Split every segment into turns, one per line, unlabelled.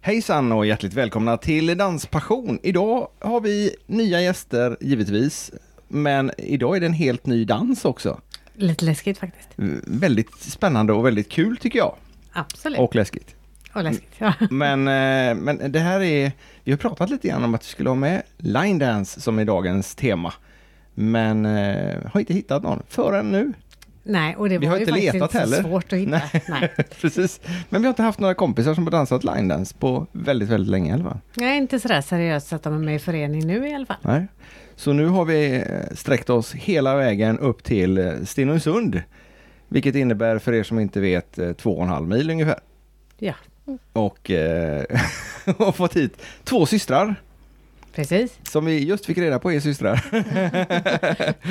Hejsan och hjärtligt välkomna till Danspassion. Idag har vi nya gäster givetvis, men idag är det en helt ny dans också.
Lite läskigt faktiskt.
Mm, Väldigt spännande och väldigt kul tycker jag.
Absolut. Och,
Och läskigt.
läskigt. Ja.
Men, eh, men det här är, vi har pratat lite grann om att vi skulle ha med line dance som är dagens tema. Men eh, har inte hittat någon förrän nu.
Nej, och det
Vi
var
har
ju
inte
faktiskt
letat
inte så
heller.
svårt att hitta. Nej. Nej.
Precis. Men vi har inte haft några kompisar som har dansat line dance på väldigt, väldigt länge i alla fall.
inte sådär seriöst så att de är med i förening nu i alla fall.
Nej. Så nu har vi eh, sträckt oss hela vägen upp till eh, Stenungsund. Vilket innebär för er som inte vet eh, två och en halv mil ungefär.
Ja,
Och, eh, och fått hit två systrar
precis.
som vi just fick reda på är systrar.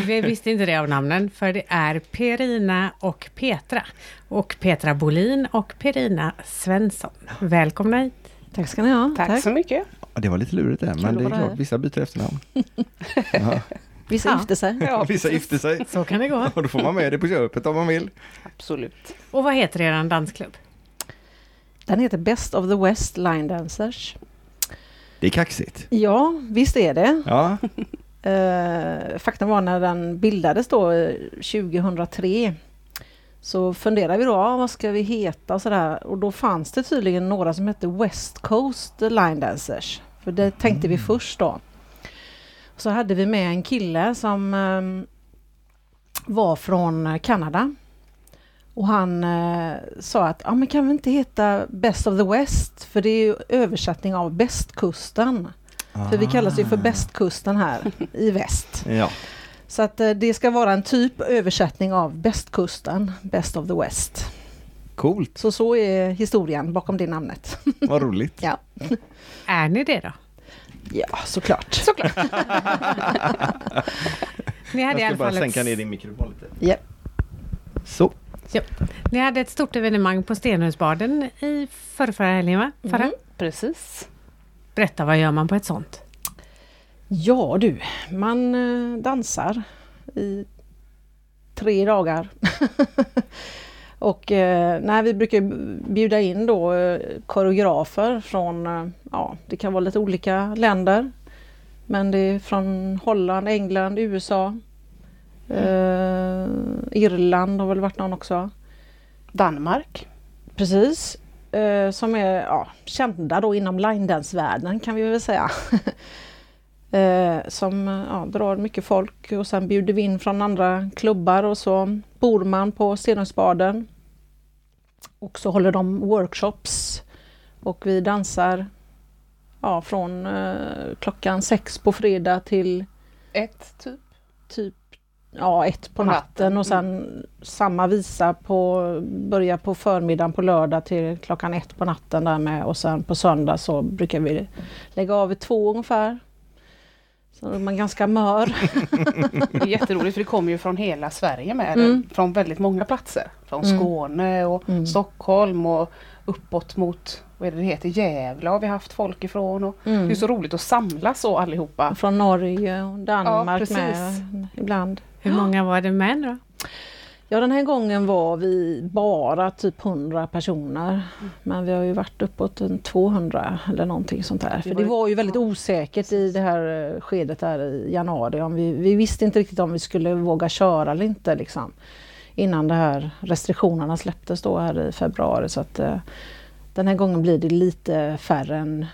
Vi visste inte det av namnen, för det är Perina och Petra. Och Petra Bolin och Perina Svensson. Välkomna hit.
Tack ska ni ha.
Tack, så mycket.
Ja, Det var lite lurigt det, men
Kul
det är
att vara
klart
här.
vissa byter efternamn.
Vissa
Ja.
gifte sig.
Ja,
Vissa gifter sig.
Så kan det gå.
Och då får man med det på köpet om man vill.
absolut.
Och vad heter er dansklubb?
Den heter Best of the West Line Dancers.
Det är kaxigt.
Ja, visst är det.
Ja,
Eh, faktum var när den bildades då eh, 2003 så funderade vi då, ah, vad ska vi heta och sådär. Och då fanns det tydligen några som hette West Coast Line Dancers. För det tänkte vi först då. Så hade vi med en kille som eh, var från Kanada. Och han eh, sa att, ja ah, men kan vi inte heta Best of the West? För det är ju översättning av Bästkusten. För vi kallas ju för bästkusten här i väst.
ja.
Så att eh, det ska vara en typ översättning av bästkusten, best of the west.
coolt.
Så så är historien bakom det namnet.
Vad roligt.
Ja,
Är ni det då?
ja såklart.
Ni hade, i alla fall ett,
din mikrofon lite.
Ja.
Så.
ni hade ett stort evenemang på Stenhusbaden i förrförra helgen, va? Förra?
Precis.
Berätta, vad gör man på ett sånt?
ja du, man eh, dansar i tre dagar. Och eh, nej, vi brukar bjuda in då eh, koreografer från, eh, ja det kan vara lite olika länder. Men det är från Holland, England, USA. Eh, Irland har väl varit någon också.
Danmark.
Precis. Eh, som är ja, kända då inom linedance-världen kan vi väl säga. eh, som eh, ja, drar mycket folk och sen bjuder vi in från andra klubbar och så bor man på Stenungsbaden. Och så håller de workshops och vi dansar ja, från eh, klockan sex på fredag till
Ett, typ.
typ ja, ett på
På natten,
natten och sen samma visa på, börja på förmiddagen på lördag till klockan ett på natten där med och sen på söndag så brukar vi lägga av vid två ungefär. Så är man ganska mör.
Det är jätteroligt för det kommer ju från hela Sverige med.
Mm.
eller Från väldigt många platser. Från
Mm.
Skåne och
Mm.
Stockholm och uppåt mot, vad är det det heter, Gävle har vi haft folk ifrån. Och
Mm.
Det är så roligt att samlas så allihopa.
Från Norge och Danmark
Ja, precis.
med ibland.
Hur många var det med nu då?
Ja den här gången var vi bara typ 100 personer.
Mm.
Men vi har ju varit uppåt en 200 eller någonting sånt där. För
var
det
ju-
var ju väldigt osäkert i det här eh, skedet här i januari. Om vi, vi visste inte riktigt om vi skulle våga köra eller inte liksom. Innan de här restriktionerna släpptes då här i februari. Så att eh, den här gången blir det lite färre än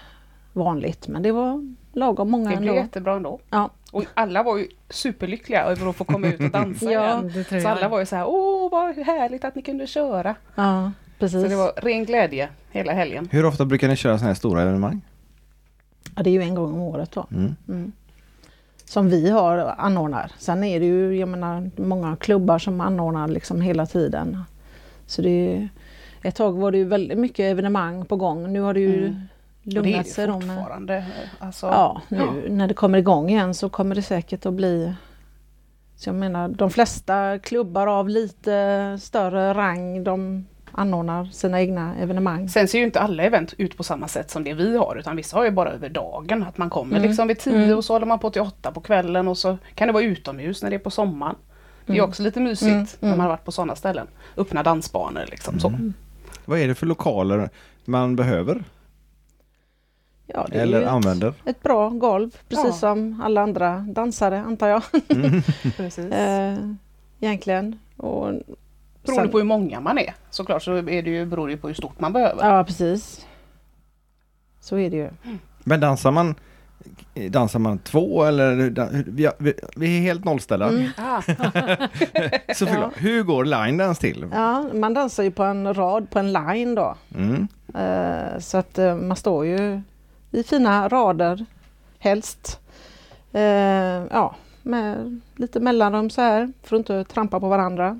vanligt. Men det var lagom många
Det blev
ändå.
jättebra ändå.
Ja.
Och alla var ju superlyckliga över att få komma ut och dansa
Ja.
igen.
det tror
Så
jag.
alla var ju så här, åh vad härligt att ni kunde köra.
Ja,
Så
precis.
det var ren glädje hela helgen.
Hur ofta brukar ni köra sådana här stora evenemang?
Ja, det är ju en gång om året då.
Mm.
Mm. Som vi har anordnar. Sen är det ju, jag menar, många klubbar som anordnar liksom hela tiden. Så det är, ett tag var det ju väldigt mycket evenemang på gång. Nu har det ju
Mm. Och
lugnat sig
det
då.
är det
med-
fortfarande. Alltså,
Ja, nu när det kommer igång igen så kommer det säkert att bli så jag menar, de flesta klubbar av lite större rang, de anordnar sina egna evenemang.
Sen ser ju inte alla event ut på samma sätt som det vi har, utan vissa har ju bara över dagen. Att man kommer
Mm.
liksom vid tio
Mm.
och så håller man på till åtta på kvällen och så kan det vara utomhus när det är på sommaren. Det är ju
Mm.
också lite mysigt
Mm,
när
mm.
man har varit på sådana ställen. Öppna dansbanor liksom. Så.
Vad är det för lokaler man behöver?
Ja, det
Eller
är ju ett,
använder.
ett bra golv, precis
Ja.
som alla andra dansare antar jag.
Precis.
Eh, egentligen. Och
Beroende
sen-
på hur många man är såklart så är det ju, beror det ju på hur stort man behöver.
Ja, precis. Så är det ju.
Men dansar man, dansar man två eller? hur dan- hur- Vi, vi, vi är helt nollställda.
Mm.
Ah,
Så förklara, hur går line dance till?
Ja, man dansar ju på en rad, på en line då.
Mm.
Eh, Så att eh, man står ju i fina rader, helst. Eh, Ja, med lite mellanrum så här, för att inte trampa på varandra.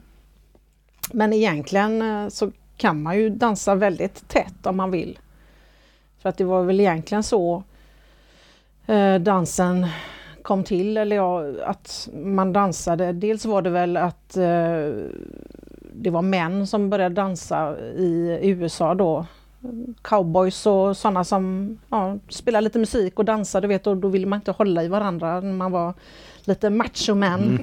Men egentligen eh, så kan man ju dansa väldigt tätt om man vill. För att det var väl egentligen så eh, dansen kom till, eller ja, att man dansade. Dels var det väl att eh, det var män som började dansa i USA då, cowboys och sådana som ja, spelade lite musik och dansade, vet, och då ville man inte hålla i varandra när man var lite machomän.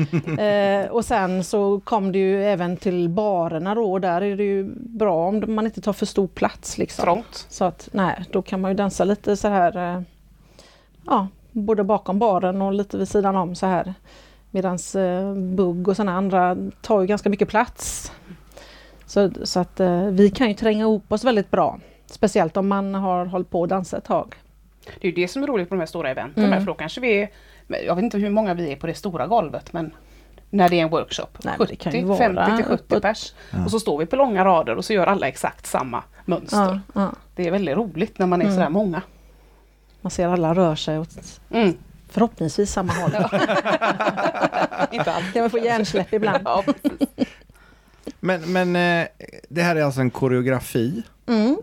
eh, och sen så kom det ju även till barerna då, och där är det ju bra om man inte tar för stor plats. Liksom.
trångt.
Så att nej, då kan man ju dansa lite så här, eh, ja, både bakom baren och lite vid sidan om så här. Medans eh, bugg och sådana andra tar ju ganska mycket plats. Så, så att eh, vi kan ju tränga ihop oss väldigt bra. Speciellt om man har hållit på och dansat ett tag.
Det är ju det som är roligt på de här stora eventen.
Mm.
Med, för då kanske vi är, men jag vet inte hur många vi är på det stora golvet men när det är en workshop.
Nej, men det kan ju
70,
vara
50 till 70
uppåt.
pers.
Ja.
Och så står vi på långa rader och så gör alla exakt samma mönster.
Ja, ja.
Det är väldigt roligt när man är
Mm.
sådär många.
Man ser alla rör sig åt
Mm.
förhoppningsvis samma håll.
Inte allt.
Kan man få hjärnsläpp ibland.
Ja, precis.
Men, men eh, det här är alltså en koreografi.
Mm.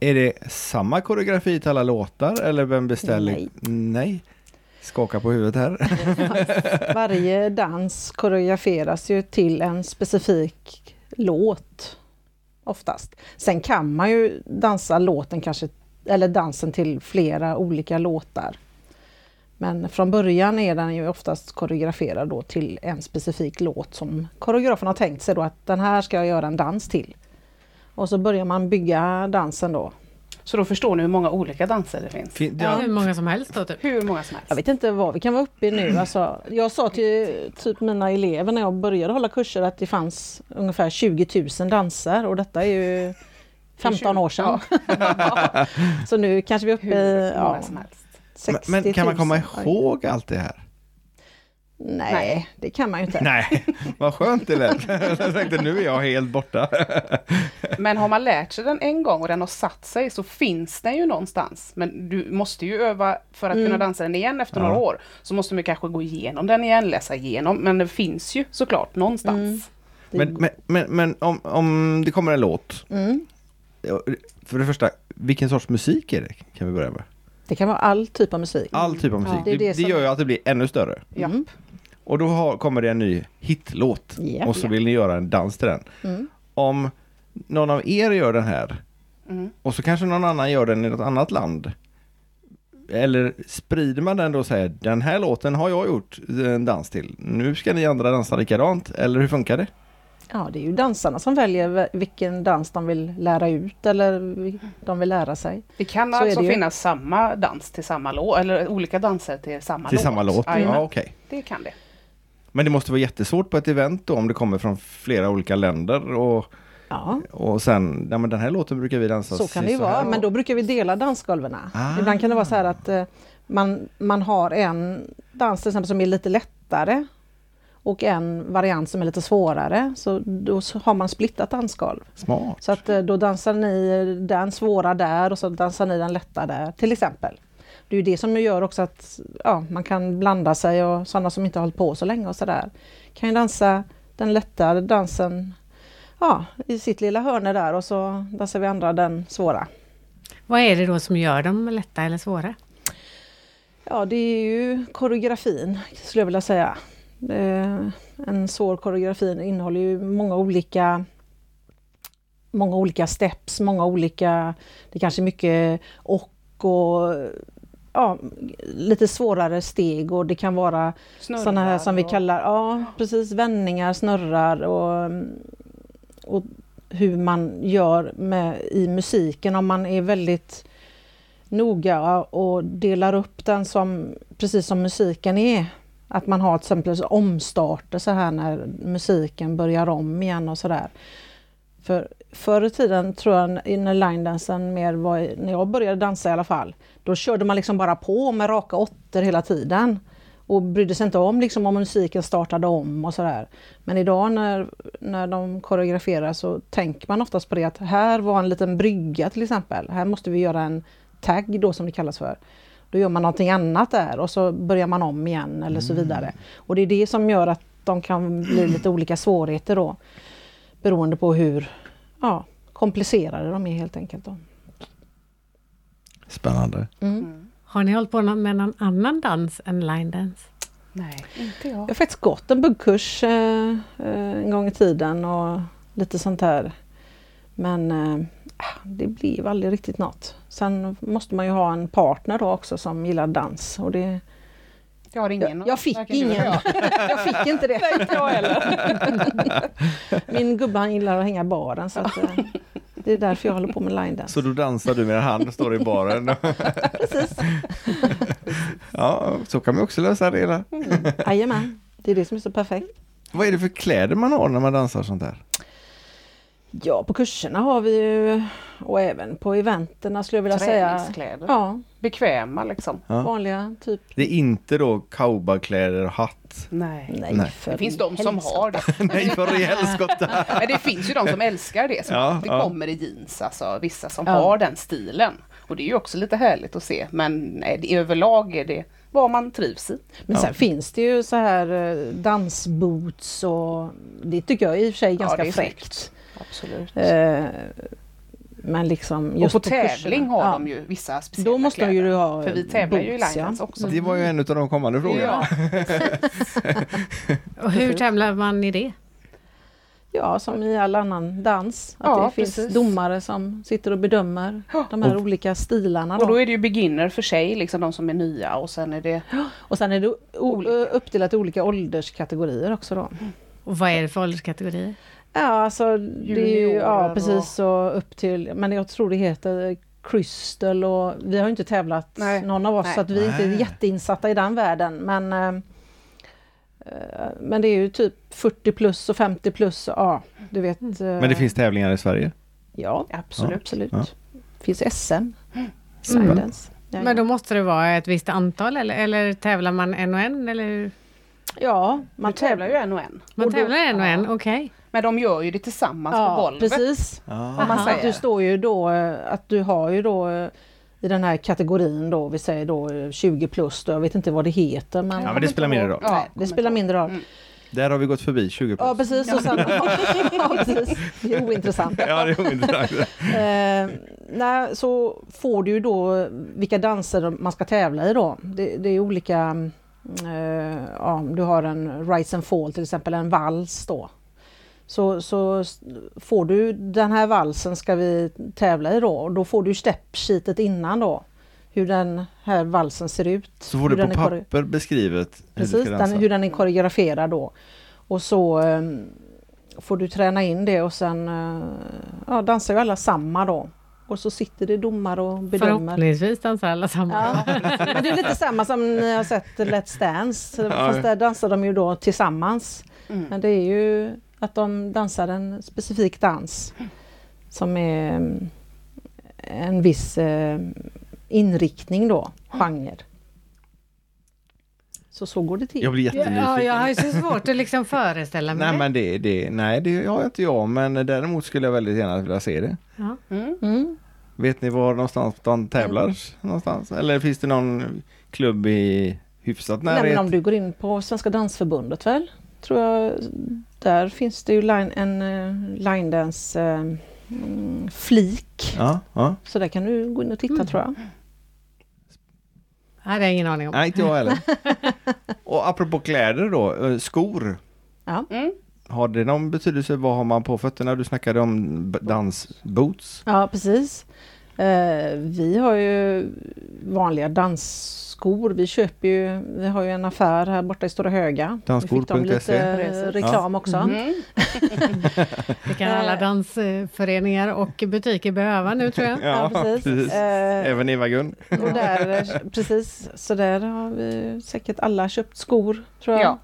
Är det samma koreografi till alla låtar eller vem beställer?
Nej.
Nej. Skaka på huvudet här.
Varje dans koreograferas ju till en specifik låt oftast. Sen kan man ju dansa låten kanske, eller dansen till flera olika låtar. Men från början är den ju oftast koreograferad då till en specifik låt som koreografen har tänkt sig då att den här ska jag göra en dans till. Och så börjar man bygga dansen då.
Så då förstår ni hur många olika danser det finns.
Fin-
Ja.
ja.
Hur många som helst då typ.
Hur många som
Jag
helst.
vet inte vad vi kan vara uppe i nu. Alltså, jag sa till typ mina elever när jag började hålla kurser att det fanns ungefär 20 000 danser och detta är ju 15 år sedan. Så nu kanske vi är uppe i
Hur
ja,
många som helst.
60
Men
000.
men kan man komma ihåg allt det här?
Nej, det kan man ju inte.
Nej, vad skönt det lät. Jag tänkte nu är jag helt borta.
Men har man lärt sig den en gång och den har satt sig så finns den ju någonstans. Men du måste ju öva för att
Mm.
kunna dansa den igen efter några år. Så måste man kanske gå igenom den igen, läsa igenom. Men den finns ju såklart
Mm.
någonstans.
Men, men, men, men om, om det kommer en låt.
Mm.
För det första, vilken sorts musik är det? Kan vi börja med?
Det kan vara all typ av musik.
All typ av musik.
det är
det,
det
det,
som-
gör ju att det blir ännu större.
Ja.
Mm.
Och då har, kommer det en ny hitlåt
Japp,
och så
japp.
vill ni göra en dans till den.
Mm.
Om någon av er gör den här
Mm.
och så kanske någon annan gör den i något annat land. Eller sprider man den då och säger den här låten har jag gjort eh, en dans till. Nu ska ni andra dansa likadant. Eller hur funkar det?
Ja, det är ju dansarna som väljer v- vilken dans de vill lära ut eller vi- de vill lära sig.
Det kan
Så är
alltså
det ju.
finnas samma dans till samma låt, eller olika danser till samma
Till
låt.
samma låt?
Jajamän,
Ja, okej.
Det kan det.
Men det måste vara jättesvårt på ett event då om det kommer från flera olika länder och,
Ja,
och sen, ja men den här låten brukar vi dansa
Så kan
precis
det ju vara,
här.
men då brukar vi dela dansgolven.
Ah.
Ibland kan det vara så här att eh, man, man har en dans till exempel som är lite lättare och en variant som är lite svårare. Så då s- har man splittat dansgolv.
Smart.
Så att eh, då dansar ni den svåra där och så dansar ni den lätta där, till exempel. Det är ju det som gör också att ja, man kan blanda sig och sådana som inte har hållit på så länge och sådär kan ju dansa den lättare dansen ja, i sitt lilla hörne där och så dansar vi andra den svåra.
Vad är det då som gör dem lätta eller svåra?
Ja, det är ju koreografin skulle jag vilja säga. Eh, En svår koreografi innehåller ju många olika många olika steps, många olika, det kanske är mycket och och ja, lite svårare steg och det kan vara
Snurrar
sådana här som vi
och-
kallar, ja precis, vändningar, snurrar och, och hur man gör med, i musiken om man är väldigt noga och delar upp den som, precis som musiken är. Att man har till exempel omstarter så här när musiken börjar om igen och sådär. För förr i tiden tror jag när linedansen mer var, när jag började dansa i alla fall, då körde man liksom bara på med raka åttor hela tiden och brydde sig inte om liksom, om musiken startade om och sådär. Men idag när, när de koreograferar så tänker man oftast på det att här var en liten brygga till exempel. Här måste vi göra en tagg då som det kallas för. Då gör man någonting annat där och så börjar man om igen eller så vidare. Och det är det som gör att de kan bli lite olika svårigheter då. Beroende på hur ja, komplicerade de är helt enkelt. Då.
Spännande.
Mm.
Har ni hållit på med någon annan dans än line dance?
Nej, inte jag.
Jag har faktiskt gått en buggkurs eh, eh, en gång i tiden och lite sånt här. Men eh, det blev aldrig riktigt något. Sen måste man ju ha en partner då också som gillar dans. Och det,
Jag har ingen.
jag, jag fick
Varken du eller
ingen.
jag.
jag fick inte det.
Nej, inte jag heller.
Min gubbe han gillar att hänga i baren så att, eh, det är därför jag håller på med line dance.
Så då dansar du medan han står i baren?
Precis.
ja, så kan man också lösa det hela.
Jajamän, det är det som är så perfekt.
Vad är det för kläder man har när man dansar sånt här?
Ja, på kurserna har vi ju och även på eventerna skulle jag vilja säga.
Träningskläder.
Ja,
Bekväma liksom.
Ja.
vanliga typ.
Det är inte då cowboykläder och hatt?
Nej.
Nej,
Nej.
för
Det finns de som
helsa.
har det.
Nej, för i helskotta!
Men det finns ju de som älskar det. Som
Ja,
alltid
ja.
kommer i jeans, alltså vissa som
Ja.
har den stilen. Och det är ju också lite härligt att se. Men nej, det, överlag är det vad man trivs i.
Men sen finns det ju så här eh, dansboots och det tycker jag i och för sig är ganska
det är snyggt.
fräckt.
Absolut.
Eh, Men liksom
och
just
på,
kurserna.
tävling har
Ja.
de ju vissa speciella
Då måste de
kläder.
ju ha
För vi tävlar ju i
boots, ja.
linedance också.
Det var ju en av de kommande frågorna.
Ja.
Och hur tävlar man i det?
Ja, som i all annan dans. Att
Ja,
det finns
precis.
domare som sitter och bedömer
Ja.
de här
Och-
olika stilarna.
Och
Då.
då är det ju beginner för sig, liksom de som är nya och sen är det...
Och sen är det o-
Olika.
uppdelat i olika ålderskategorier också då.
Och vad är det för ålderskategorier?
Ja, alltså det är ju,
Juniorer
ja
och-
precis och upp till, men jag tror det heter Crystal och vi har ju inte tävlat
Nej.
någon av oss
Nej.
så att vi är inte är
Nej.
jätteinsatta i den världen men eh, eh, men det är ju typ 40 plus och 50 plus, och, ja du vet. eh,
Men det finns tävlingar i Sverige?
Ja, absolut.
Mm. Absolut. Mm.
absolut.
Ja.
finns SM.
Spännande.
Silence. Ja,
Men då måste det vara ett visst antal eller, eller tävlar man en och en? Eller hur?
ja, man
Man tävlar ju en och en.
Man
Och då-
tävlar en och en, okej.
Men de gör ju det tillsammans på
Ja,
golvet.
precis.
Ah.
Om man
Aha.
säger.
Att du står ju då, eh, att du har ju då eh, i den här kategorin då, vi säger då eh, 20 plus då, jag vet inte vad det heter men,
Ja, men det spelar mindre roll.
Ja,
Nej, det
kommer
spelar
inte
mindre roll.
Mm.
Där har vi gått förbi 20
Ja
plus.
precis, och sen, ja, precis. det är ointressant.
Ja, det är ointressant.
Eh, nej, så får du ju då eh, vilka danser man ska tävla i då. Det, det är olika, mm, eh, ja, om du har en Rise and Fall till exempel, en vals då. Så, så s- får du den här valsen ska vi tävla i då och då får du steppsheetet innan då. Hur den här valsen ser ut.
Så får
hur
du på
den är koreo-
papper beskrivet hur du
Precis,
ska
den,
dansa.
hur den är koreograferad då. Och så eh, får du träna in det och sen eh, ja, dansar ju alla samma då. Och så sitter det domare och bedömer.
Förhoppningsvis dansar alla samma.
Ja. Men det är lite samma som ni har sett Let's Dance,
Ja.
fast där dansar de ju då tillsammans. Men det är ju att de dansar en specifik dans som är mm, en viss eh, inriktning då, genre. Så så går det till.
Jag blir jättenyfiken.
Ja, jag har ju så svårt att liksom föreställa mig
Nej, men det, det, nej, det har inte jag, men däremot skulle jag väldigt gärna vilja se det.
det. Ja.
Mm.
Mm.
Vet ni var någonstans de tävlar? Någonstans? Eller finns det någon klubb i hyfsat
Nej, men
närhet?
om du går in på Svenska Dansförbundet väl? Tror jag, där finns det ju line, en uh, linedance eh, mm, flik.
Ja, ja.
Så där kan du gå in och titta
Mm.
tror jag.
Nej, det har jag ingen aning om.
Nej, inte jag heller. Och apropå kläder då, eh, skor.
Mm.
Har det någon betydelse? Vad har man på fötterna? Du snackade om b- dansboots.
Ja, precis. Eh, vi har ju vanliga dansskor. Vi köper ju, vi har ju en affär här borta i Stora Höga.
Dansskor.se.
Vi fick dem lite
Precis.
reklam också.
Mm.
Det kan alla dansföreningar och butiker behöva nu tror jag.
Ja, precis. Eh,
Även Eva-Gun.
Och där, eh, precis, så där har vi säkert alla köpt skor tror jag.
Ja.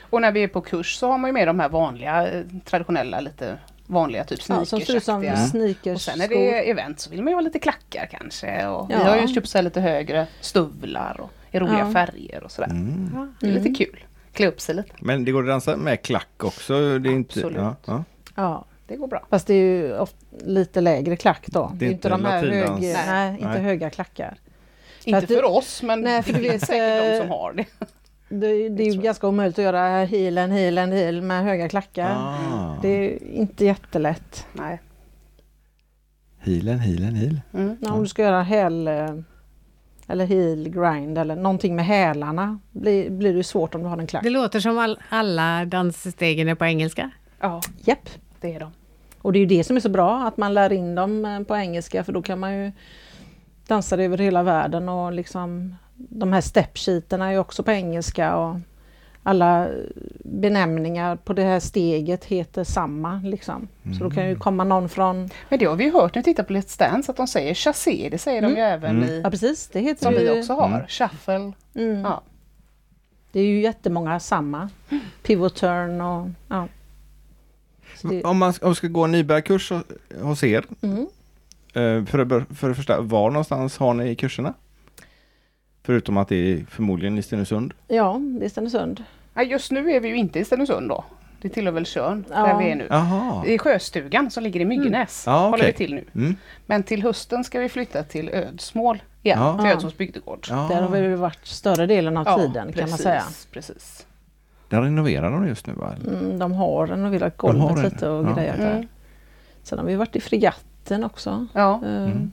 Och när vi är på kurs så har man ju med de här vanliga, eh, traditionella, lite vanliga typ
Ja, som ser ut som
sneakersaktiga.
sneakers.
Och sen när det är event så vill man ju ha lite klackar kanske. Och Vi
Ja.
har ju köpt så här lite högre stövlar och i roliga
Ja.
färger och sådär.
Mm.
Det är lite kul. Klä upp sig lite.
Men det går att dansa med klack också? Det är inte,
Absolut.
Ja, ja.
Ja,
Det går bra.
fast det är ju of- lite lägre klack då. Det är inte de här hög,
latindans.
nej,
Nej.
inte
Nej.
höga klackar.
Inte
att du-
för oss men
Nej, för
det
du
finns
vet,
säkert de
eh,
som har det.
Det, det är ju ganska omöjligt att göra heelen, heelen, heel med höga klackar.
Ah.
Det är ju inte jättelätt.
Nej.
Healen, healen, heal.
Mm.
Ja, Om du ska göra häl eh, eller heel grind eller någonting med hälarna blir, blir det ju svårt om du har en klack.
Det låter som all, alla dansstegen är på engelska.
Ja,
Japp.
det är de.
Och det är ju det som är så bra, att man lär in dem eh, på engelska för då kan man ju dansa det över hela världen och liksom de här stepsheeterna är ju också på engelska och alla benämningar på det här steget heter samma liksom. Så då kan ju komma någon från,
Men det har vi ju hört när vi tittar på Let's Dance att de säger chassé, det säger de ju även i
Mm. ja precis, det heter
som vi
ju,
också har. Shuffle.
Mm.
Ja.
det är ju jättemånga samma. Pivot turn och ja. Så det-
Om man om man ska gå en nybörjarkurs hos- hos er,
Mm.
eh, för, att bör- för det första, var någonstans har ni kurserna? Förutom att det är förmodligen i Stenungsund.
Ja, det är Stenungsund.
Nej, Just nu är vi ju inte i Stenungsund då. Det tillhör väl Tjörn,
Ja. Mm.
där vi är nu.
Jaha.
I Sjöstugan som ligger i Myggenäs
Ja, okej.
håller vi till nu.
Mm.
Men till hösten ska vi flytta till Ödsmål igen,
Ja.
till
Ja.
Ödsmåls bygdegård.
Ja.
Där har vi ju varit större delen av
Ja,
tiden kan man
precis,
säga.
Precis.
Där renoverar de just nu va? Eller?
Mm, de har den och vill ha golvet
den.
lite och
Ja.
grejer där.
Mm.
Sen har vi varit i fregatten också.
Ja.
Eh,
Mm.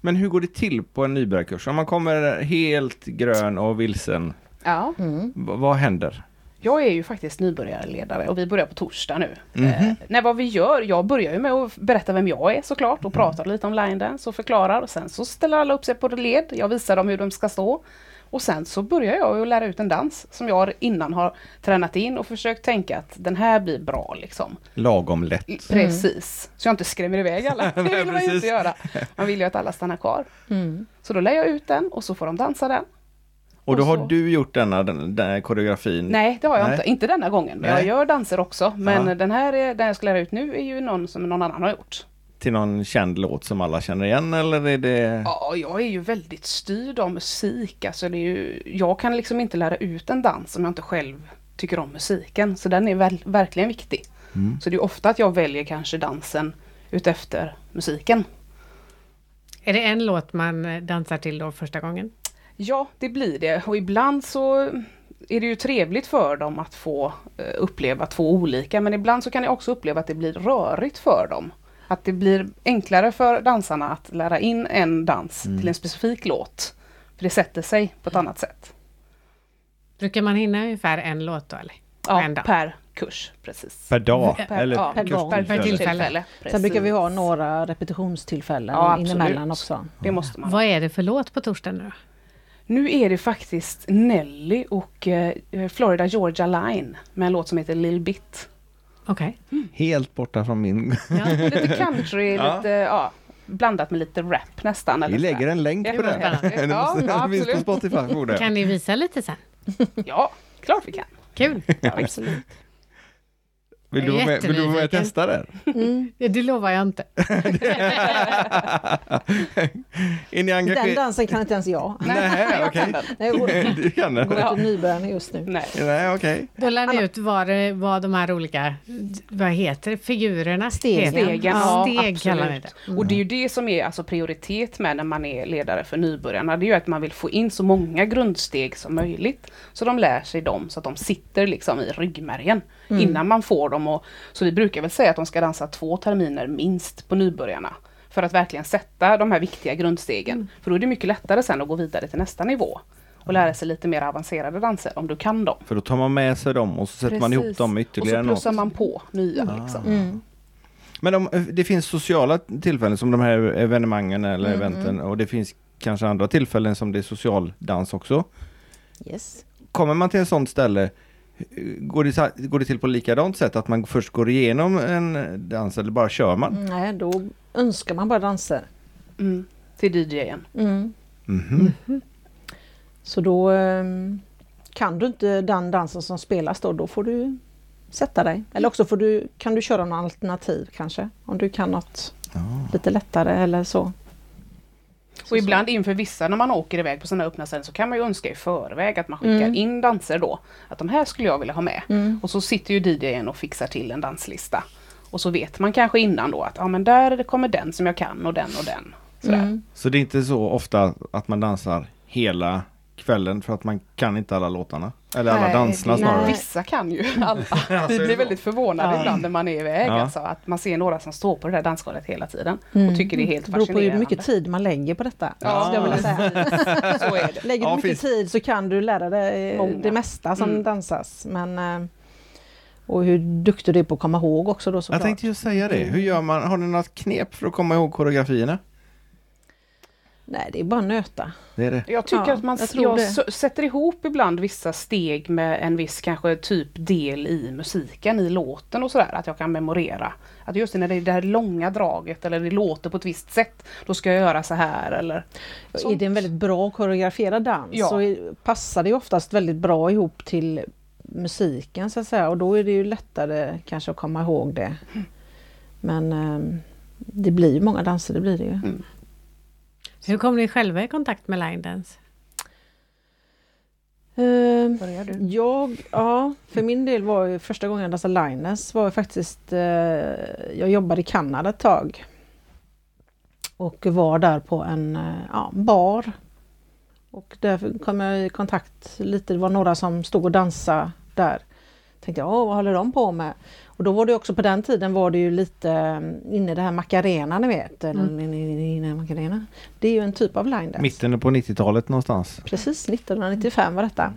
Men hur går det till på en nybörjarkurs? Om man kommer helt grön och vilsen,
ja,
Mm.
v- vad händer?
jag är ju faktiskt nybörjarledare och vi börjar på torsdag nu.
Mhm.
Eh, nej, vad vi gör, jag börjar ju med att berätta vem jag är såklart
Mhm.
och pratar lite om line dance och förklarar och sen så ställer alla upp sig på led, jag visar dem hur de ska stå. Och sen så börjar jag ju lära ut en dans som jag innan har tränat in och försökt tänka att den här blir bra liksom.
Lagom lätt.
I- Precis, så jag inte skrämmer iväg alla. Det vill man ju
precis.
inte göra. Man vill ju att alla stannar kvar.
Mm.
Så då lär jag ut den och så får de dansa den.
Och då
Och
har
så-
du gjort denna, den, den här koreografin?
Nej, det har jag
Nej.
inte. Inte denna gången. Men
Nej.
jag gör danser också. Men
Ja.
den här är, den jag ska lära ut nu är ju någon som någon annan har gjort.
Till någon känd låt som alla känner igen eller är det...
Ja, jag är ju väldigt styrd av musik. Alltså det är ju, jag kan liksom inte lära ut en dans om jag inte själv tycker om musiken. Så den är väl, verkligen viktig.
Mm.
Så det är ju ofta att jag väljer kanske dansen utefter musiken.
Är det en låt man dansar till då första gången?
Ja, det blir det. Och ibland så är det ju trevligt för dem att få eh, uppleva två olika, men ibland så kan jag också uppleva att det blir rörigt för dem. Att det blir enklare för dansarna att lära in en dans till en specifik låt. För det sätter sig på ett annat sätt.
Brukar man hinna ungefär en låt då eller? På en
Ja,
dag?
per kurs, precis.
Per dag?
Per-
eller
ja,
per gång.
Per,
kurstillfälle?
tillfälle.
Sen brukar vi
precis.
ha några repetitionstillfällen
Ja, absolut.
inemellan också.
Det måste man.
Vad är det för låt på torsdagen nu då?
Nu är det faktiskt Nelly och eh, Florida Georgia Line med en låt som heter Lil Bit.
Okej.
Helt borta från min...
Ja.
Lite country,
Ja.
lite, ja, blandat med lite rap nästan.
Vi lägger en länk på
Ja,
den.
ja,
Den måste-
ja,
den finns på
absolut.
Spotify borde.
Kan ni visa lite sen?
Ja, klart vi kan.
Kul!
absolut.
Vill du vara med, vill du vara med och testa det?
Det lovar jag inte.
Är ni
Den
engagerade?
dansen kan inte ens jag.
Nej, okej.
Nej, och-
Du kan den?
går till nybörjarna just nu.
Nej.
Nej, okej.
Då lär ni ut vad, det- vad de här olika, vad heter det, figurerna?
Stegen.
heter.
Stegen,
Ja,
ja,
Steg
absolut.
kallar vi det. Mm.
Och det är ju det som är alltså prioritet med när man är ledare för nybörjarna. Det är ju att man vill få in så många grundsteg som möjligt. Så de lär sig dem så att de sitter liksom i ryggmärgen innan man får dem. Och, så vi brukar väl säga att de ska dansa två terminer minst på nybörjarna. För att verkligen sätta de här viktiga grundstegen. För då är det mycket lättare sen att gå vidare till nästa nivå. Och lära sig lite mer avancerade danser om du kan dem.
För då tar man med sig dem och så sätter man ihop
Precis.
dem med
Och så
ytterligare
plussar
något.
man på nya liksom.
Mm.
Men om, det finns sociala tillfällen som de här evenemangen eller eventen och det finns kanske andra tillfällen som det är social dans också.
Yes.
Kommer man till ett sånt ställe, går det, så- går det till på likadant sätt att man först går igenom en dans eller bara kör man?
Mm, Nej, då önskar man bara danser.
Mm. Till DJen.
Mm.
Mhm.
Så då ehm, kan du inte den dansen som spelas då, då får du sätta dig. Eller också får du, kan du köra någon alternativ kanske, om du kan något
Ja.
lite lättare eller så.
Och ibland inför vissa när man åker iväg på sådana öppna ställen så kan man ju önska i förväg att man skickar
Mm.
in danser då. Att de här skulle jag vilja ha med.
Mm.
Och så sitter ju DJn och fixar till en danslista. Och så vet man kanske innan då att ja men där kommer den som jag kan och den och den. Sådär.
Mm.
Så det är inte så ofta att man dansar hela kvällen för att man kan inte alla låtarna? Eller alla
Nej,
danserna
det-
snarare?
Vissa kan ju alla. Vi
är det
blir
så?
väldigt förvånade
Ja.
ibland när man är iväg.
Ja.
Alltså, att man ser några som står på det där dansgolvet hela tiden
Mm.
och tycker det är helt
Det beror på
fascinerande.
hur mycket tid man lägger på detta.
Ja.
skulle jag vilja säga.
Så är det.
Lägger du
Ja,
mycket
finns-
tid så kan du lära dig eh,
Många.
det mesta som
Mm.
dansas. Men, eh, och hur duktig du är på att komma ihåg också då
Jag
såklart.
tänkte ju säga det. Hur gör man? Har ni något knep för att komma ihåg koreografierna?
Nej, det är bara nöta.
Det är det.
Jag tycker
Ja,
att man
jag tror
jag
det.
s- sätter ihop ibland vissa steg med en viss kanske typ del i musiken, i låten och sådär. Att jag kan memorera. Att just när det är det här långa draget eller det låter på ett visst sätt. Då ska jag göra så här eller...
Är det en väldigt bra koreograferad dans
Ja.
så är- passar det ju oftast väldigt bra ihop till musiken så att säga och då är det ju lättare kanske att komma ihåg det.
Mm.
Men eh, det blir ju många danser, det blir det ju.
Hur kom ni själva i kontakt med line dance?
Eh,
Börjar du?
Jag, ja, för min del var ju första gången jag dansade Linus var ju faktiskt, eh, jag jobbade i Kanada ett tag. Och var där på en eh, ja, bar. Och där kom jag i kontakt lite, det var några som stod och dansade där. Tänkte jag, "Åh, vad håller de på med? Och då var det också på den tiden var det ju lite eh, inne i det här Macarena ni vet. Mm. Macarena. Det är ju en typ av line dance.
Mitten på 90-talet någonstans.
Precis, 1995 var detta.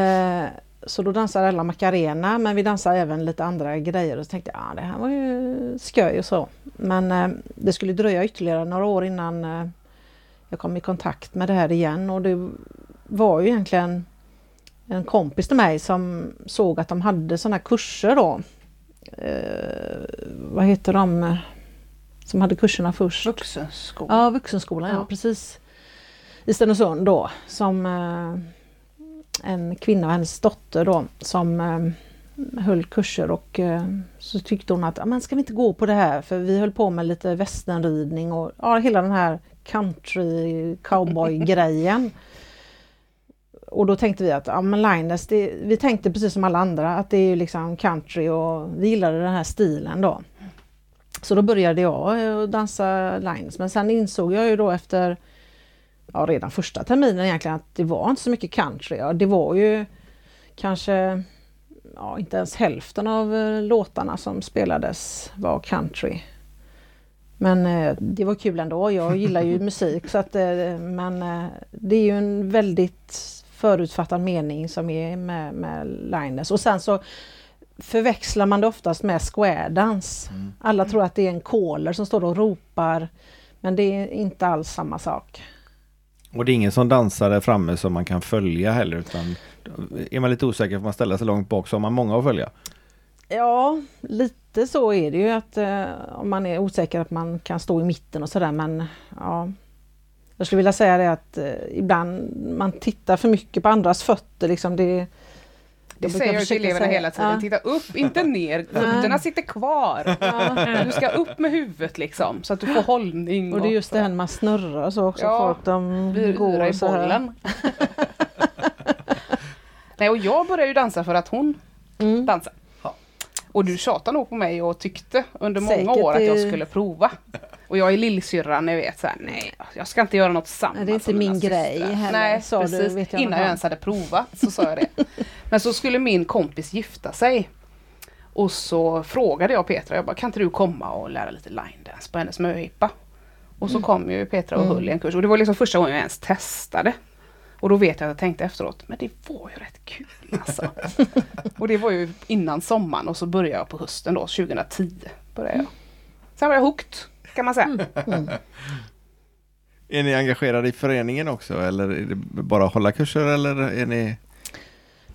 Eh, så då dansade alla Macarena men vi dansade även lite andra grejer och så tänkte jag ah, det här var ju skoj och så. Men eh, det skulle dröja ytterligare några år innan eh, jag kom i kontakt med det här igen och det var ju egentligen en kompis till mig som såg att de hade sådana kurser då. Eh, vad heter de eh, som hade kurserna först?
Vuxenskola.
Ja, Vuxenskolan, ja,
Ja.
precis. I Stenungsund då, som eh, en kvinna och hennes dotter då som eh, höll kurser och eh, så tyckte hon att "Ah, men ska vi inte gå på det här för vi höll på med lite västernridning och ja, hela den här country cowboy grejen. Och då tänkte vi att ja, men Linus, det, vi tänkte precis som alla andra att det är ju liksom country och vi gillade den här stilen då. Så då började jag eh, att dansa lines men sen insåg jag ju då efter ja, redan första terminen egentligen att det var inte så mycket country. Ja, det var ju kanske ja, inte ens hälften av eh, låtarna som spelades var country. Men eh, det var kul ändå. Jag gillar ju musik så att eh, men eh, det är ju en väldigt förutfattad mening som är med, med Linus. Och sen så förväxlar man det oftast med square dance. Alla tror att det är en caller som står och ropar men det är inte alls samma sak.
Och det är ingen som dansar där framme som man kan följa heller utan är man lite osäker får man ställa sig långt bak så har man många att följa.
Ja, lite så är det ju att eh, om man är osäker att man kan stå i mitten och sådär men ja. Jag skulle vilja säga det att eh, ibland man tittar för mycket på andras fötter liksom. Det,
Det
jag brukar
säger jag till
försöka
eleverna
säga-
hela tiden.
Ja.
Titta upp, inte ner. Fötterna sitter kvar. Du ska upp med huvudet liksom så att du får hållning.
Och det är just det här när man snurrar och så också.
Ja,
folk de
Vi
går
i
Mm, så här.
bollen. Nej, och jag började ju dansa för att hon
Mm.
dansar. Och du tjatade nog på mig och tyckte under många
Säkert,
år att jag
det-
skulle prova. Och jag är lillsyrran, ni vet så här, nej, jag ska inte göra något samma
Nej, det är inte
som mina
min grej
systrar.
heller,
Nej,
sa du,
precis.
vet jag
Innan
någon
jag
gång.
ens hade provat så sa jag det. Men så skulle min kompis gifta sig. Och så frågade jag Petra, jag bara, kan inte du komma och lära lite line dance på
Mm.
hennes möhippa? Och så kom ju Petra och höll i en kurs och det var liksom första gången jag ens testade. Och då vet jag att jag tänkte efteråt, men det var ju rätt kul alltså. och det var ju innan sommaren och så började jag på hösten då, 2010. Började
Mm.
jag. Sen var jag hooked, kan man säga.
Är ni engagerade i föreningen också eller är det bara hålla kurser eller är ni?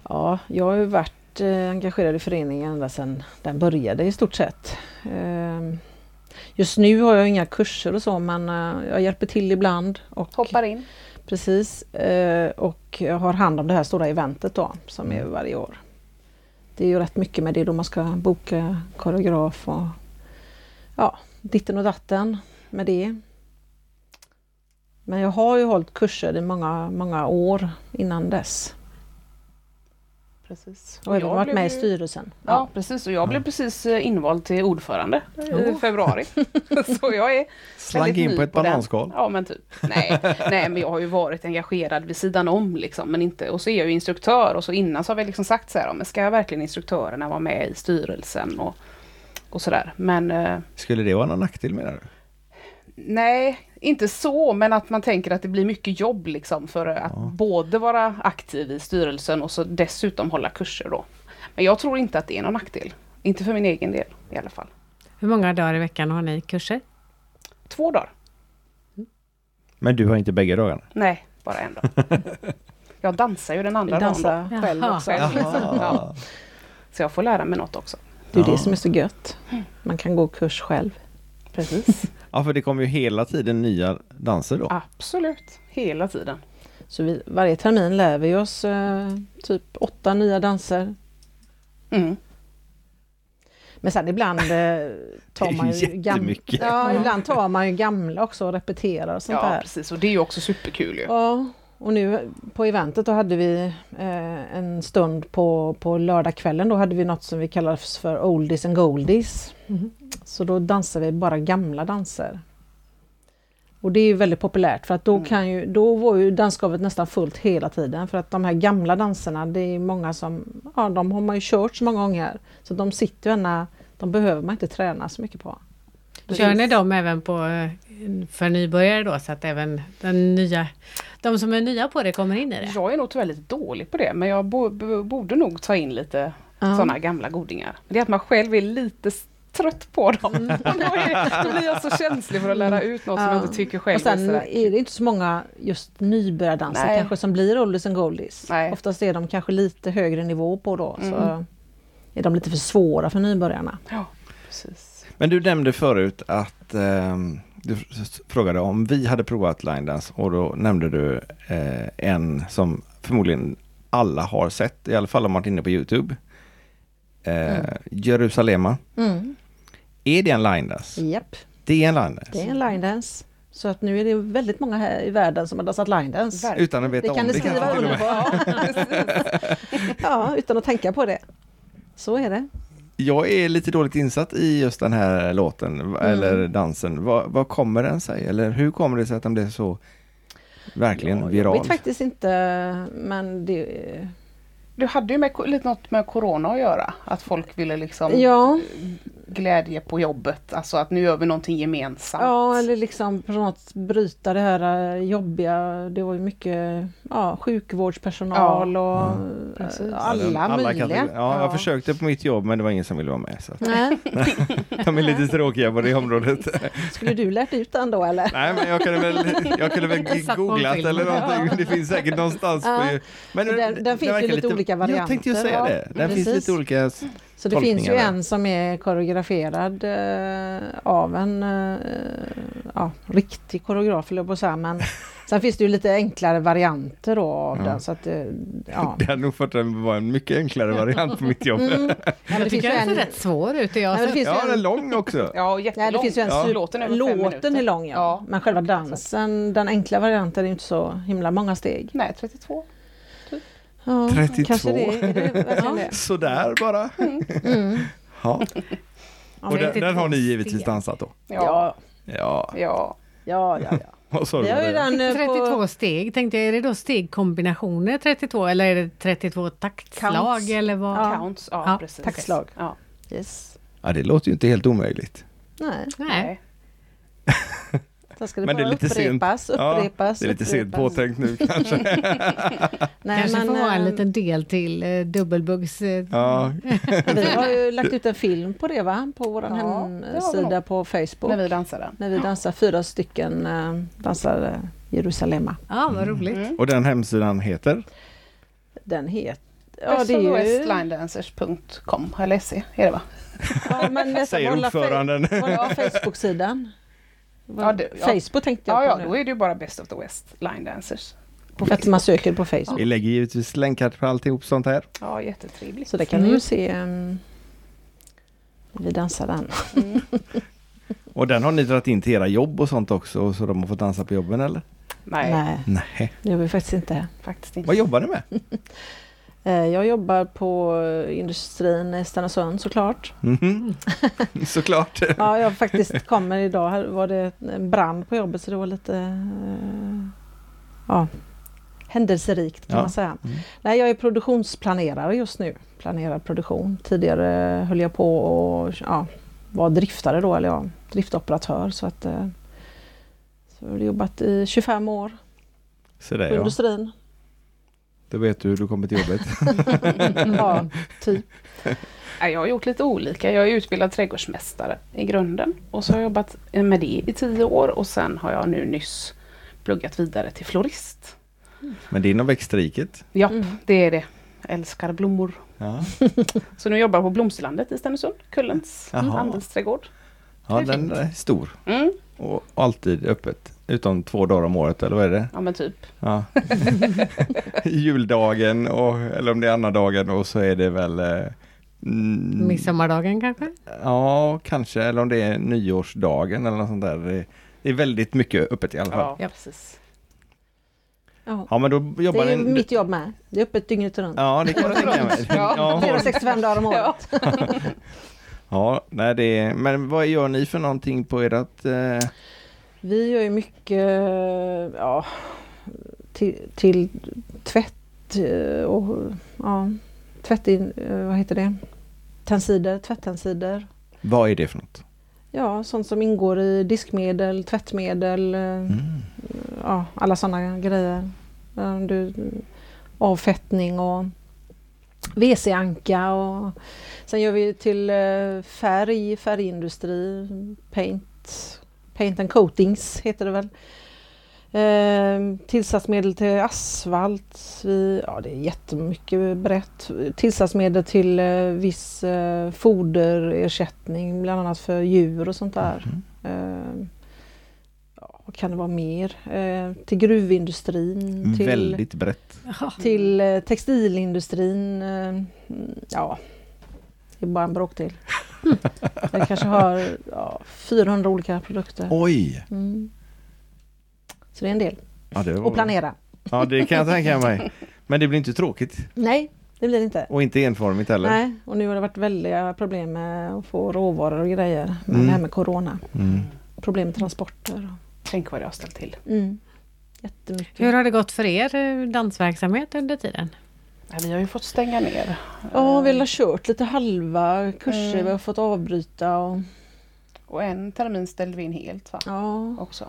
Ja, jag har ju varit eh, engagerad i föreningen ända sedan den började i stort sett. Ehm, Just nu har jag inga kurser och så men eh, jag hjälper till ibland. Och,
Hoppar in.
Precis, eh, och jag har hand om det här stora eventet då som är varje år. Det är ju rätt mycket med det då man ska boka koreograf och ja, ditten och datten med det. Men jag har ju hållit kurser i många, många år innan dess
Precis.
och även
jag
varit
blev
med i
ju-
styrelsen.
Ja, precis. Och jag blev precis eh, invald till ordförande
Oh.
i februari. Så jag är
Slank
väldigt
in
ny
på ett
den.
bananskal.
Ja men typ. Nej. Nej men jag har ju varit engagerad vid sidan om liksom. Men inte, och så är jag ju instruktör och så innan så har vi liksom sagt så här, "Ja, men ska verkligen instruktörerna vara med i styrelsen och, och sådär. Men eh,
Skulle det vara någon nackdel menar du?
nej, inte så men att man tänker att det blir mycket jobb liksom för att både vara aktiv i styrelsen och så dessutom hålla kurser då. Men jag tror inte att det är någon nackdel. Inte för min egen del i alla fall.
Hur många dagar i veckan har ni kurser?
Två dagar.
Men du har inte bägge dagarna?
Nej, bara en dag. Jag dansar ju den andra dagen.
Dansa
Jaha.
själv också.
Själv, liksom. ja. Så jag får lära mig något också.
Det är ju
Ja.
det som är så gött. Man kan gå kurs själv.
Mm. Precis.
Ja, för det kommer ju hela tiden nya danser då.
Absolut. Hela tiden.
Så vi, varje termin lär vi oss eh, typ åtta nya danser
Mm.
Men sen ibland eh, tar
ju
man ju gamla...
jättemycket.
Ja, ibland tar man ju gamla också och repeterar och sånt
Ja,
där.
precis. Och det är ju också superkul ju.
Ja, och nu på eventet då hade vi eh, en stund på, på lördagskvällen då hade vi något som vi kallar för oldies and goldies.
Mhm.
Så då dansar vi bara gamla danser. Och det är ju väldigt populärt för att då, kan ju, då var ju dansgolvet nästan fullt hela tiden för att de här gamla danserna det är många som, ja de har man ju kört så många gånger. Så de sitter ju ena, de behöver man inte träna så mycket på.
Kör ni dem även på, eh, för nybörjare då så att även den nya, de som är nya på det kommer in i det?
Jag är nog tyvärr lite dålig på det, men jag bo- b- borde nog ta in lite
Ja.
sådana gamla godingar. Det är att man själv är lite s- trött på dem. Och då, är, då blir jag så känslig för att lära ut något som
Mm. Ja.
jag inte tycker själv
Och sen
är sådär.
är det inte så många just nybörjardanser
Nej.
kanske som blir oldies and goldies.
Nej.
Oftast är de kanske lite högre nivå på då.
Mm.
Så är de lite för svåra för nybörjarna.
Ja, precis.
Men du nämnde förut att ehm, du s- frågade om vi hade provat line dance och då nämnde du eh, en som förmodligen alla har sett, i alla fall om man varit inne på Youtube. Eh, Jerusalema.
Mm.
Är det en line dance?
Japp,
Det är en line dance.
det är en line dance. Så att nu är det väldigt många här i världen som har dansat line dance.
Verkligen.
Utan att veta
Det kan
om
du
det.
skriva
kanske till och
under
med.
på. Ja, utan att tänka på det. Så är det.
Jag är lite dåligt insatt i just den här låten v-
Mm.
eller dansen. Vad, vad kommer den sig? Eller hur kommer det sig att den blev så verkligen
Jag
viral?
vet faktiskt inte, men det...
Du hade ju med, ko- lite något med corona att göra, att folk ville liksom
Ja.
glädje på jobbet, alltså att nu gör vi någonting gemensamt.
Ja, eller liksom på något sätt bryta det här eh, jobbiga. Det var ju mycket ja, sjukvårdspersonal och eh,
Precis.
alla möjliga.
kategorier. Ja, jag försökte på mitt jobb men det var ingen som ville vara med. Så att
Nej,
de är lite tråkiga på det området.
skulle du lärt ut den då eller?
Nej, men jag kunde väl, jag kunde väl
Satt på en
googlat
film.
eller någonting. Det finns säkert någonstans.
Ja.
På, men
Den- den finns ju
verkar
lite olika
Jag tänkte ju
varianter,
säga
ja.
det. Den finns
Precis.
lite olika.
Så det finns ju
Tolkningar där.
en som är koreograferad eh, av en eh, ja, riktig koreograf, höll jag på att säga. Men sen finns det ju lite enklare varianter då av
Ja.
den. Så att, eh, ja.
Det hade nog fått en- vara en mycket enklare variant på mitt jobb.
Mm. Ja, men det
Jag
finns ju
tycker den ser
en,
rätt svår ut. och
Ja,
Jag
men det finns ju
Ja,
en-
den är lång också.
Ja,
Nej,
jättelång.
det finns ju en
Ja.
sur-
Låten är väl fem
Låten
minuter.
är lång ja.
Ja.
men själva dansen, den enkla varianten är ju inte så himla många steg.
Nej, 32.
Ja,
32.
Kanske det, är det verkligen det?
Sådär bara.
Mm.
Ja.
Ja,
Och
men-
den, den har ni givetvis
steg.
dansat då?
Ja,
ja,
Ja.
ja.
ja, ja. ja.
Vad sa du?
Vi har ju
Maria?
den eh,
32
på...
steg tänkte jag, är det då stegkombinationer 32 eller är det 32 taktslag
Counts.
eller vad?
Ja.
Counts. Ja,
Ja,
precis.
taktslag.
Ja.
Yes.
Ja, det låter ju inte helt omöjligt.
Nej.
Nej.
Nej.
Där ska det
Men det
bara
är lite sent.
upprepas,
Ja,
upprepas,
Det är lite sent
upprepas.
påtänkt nu kanske.
Nej,
Kanske får ha en
eh,
liten del till eh, Dubbelbugs. Eh,
Ja,
Vi har ju lagt ut en film på det va? På vår
Ja, det har vi
hemsida på Facebook.
när vi dansade.
dansar, fyra stycken eh, dansar eh, Jerusalem.
Ja, vad roligt.
Mm.
och den hemsidan heter?
Den heter... Ja,
Ja,
det är ju...
Westlinedancers.com eller se är det va?
Ja, men nästan
Säger
hålla fe-
ordföranden.
Hålla Facebook-sidan.
Ja, det- ja.
Facebook tänkte jag
Ja, ja,
på
då
nu.
är det ju bara Best of the West Line Dancers.
På att man söker på Facebook.
Vi lägger givetvis länkar på alltihop sånt här.
Ja, jättetrevligt.
Så där kan ni ju se eh, när vi dansar den.
Och den har ni dragit in till era jobb och sånt också så de har fått dansa på jobben eller?
Nej,
Nej,
Nej.
det gör vi faktiskt inte.
faktiskt inte.
Vad jobbar ni med?
Eh, Jag jobbar på eh, industrin i Stenungsund såklart.
Mhm. Såklart.
Ja, jag faktiskt kommer idag. Här var det en brand på jobbet så det var lite eh, ja, händelserikt kan
Ja.
man säga.
Mm.
Nej, jag är produktionsplanerare just nu. Planerar produktion. Tidigare höll jag på och ja, var driftare då, eller ja, driftoperatör. Så att, eh, så jag har jobbat i 25 år
Så
på
där ja.
industrin.
Då vet du hur du kommer till jobbet.
Ja, typ.
Nej, Jag har gjort lite olika. Jag är utbildad trädgårdsmästare i grunden och så har jag jobbat med det i tio år och sen har jag nu nyss pluggat vidare till florist.
Men det är inom växtriket.
Ja,
Mm.
det är det. Älskar blommor.
Ja,
Så nu jobbar jag på Blomsterlandet i Stenungsund, Kullens
Jaha.
handelsträdgård.
ja
Det är
den
fint.
är stor
Mm.
och alltid öppet. Utom två dagar om året eller vad är det?
Ja men typ.
Ja. Juldagen och, eller om det är annandagen och så är det väl eh, mm,
Midsommardagen kanske?
Ja, kanske. Eller om det är nyårsdagen eller något sånt där. Det- Det är väldigt mycket öppet i alla fall.
Ja,
Ja,
Ja.
precis.
Ja.
men då
Det
jobbar
är
ni...
mitt jobb med. Det är öppet dygnet runt.
Ja, det kan jag tänka mig.
Ja.
Ja,
365 dagar om året.
ja nej, det är... men vad gör ni för någonting på ert... Eh...
Vi gör ju mycket ja, till, till tvätt eh, och ja, tvätt in, eh, vad heter det? Tensider, tvättensider.
Vad är det för något?
Ja, sånt som ingår i diskmedel, tvättmedel, eh,
Mm.
ja, alla sådana grejer. Eh, Du, avfettning och WC-anka och sen gör vi till eh, färg, färgindustri, paint, paint and coatings heter det väl. Eh, Tillsatsmedel till asfalt, vi, ja det är jättemycket brett. Tillsatsmedel till eh, viss eh, foderersättning, bland annat för djur och sånt där.
Mhm.
Eh, ja, vad kan det vara mer? Eh, till
Mm,
gruvindustrin, Mm. till,
Väldigt brett.
till eh, textilindustrin. Eh, mm, ja, det är bara en bråkdel. Jag kanske har ja, 400 olika produkter.
Oj!
Mm. Så det är en del.
Ja, det var-
Och planera.
Ja, det kan jag tänka mig. Men det blir inte tråkigt
Nej, det blir det inte.
och inte enformigt heller.
Nej, och nu har det varit väldiga problem med att få råvaror och grejer. Men
Mm.
det här med corona.
Mm.
Problem med transporter.
Tänk vad jag har ställt till.
och- Mm. Jättemycket.
Hur har det gått för er eh, dansverksamhet under tiden?
Ja, vi har ju fått stänga ner.
Ja, vi har kört lite halva kurser.
Mm.
Vi har fått avbryta och
Och en termin ställde vi in helt va?
ja.
Också.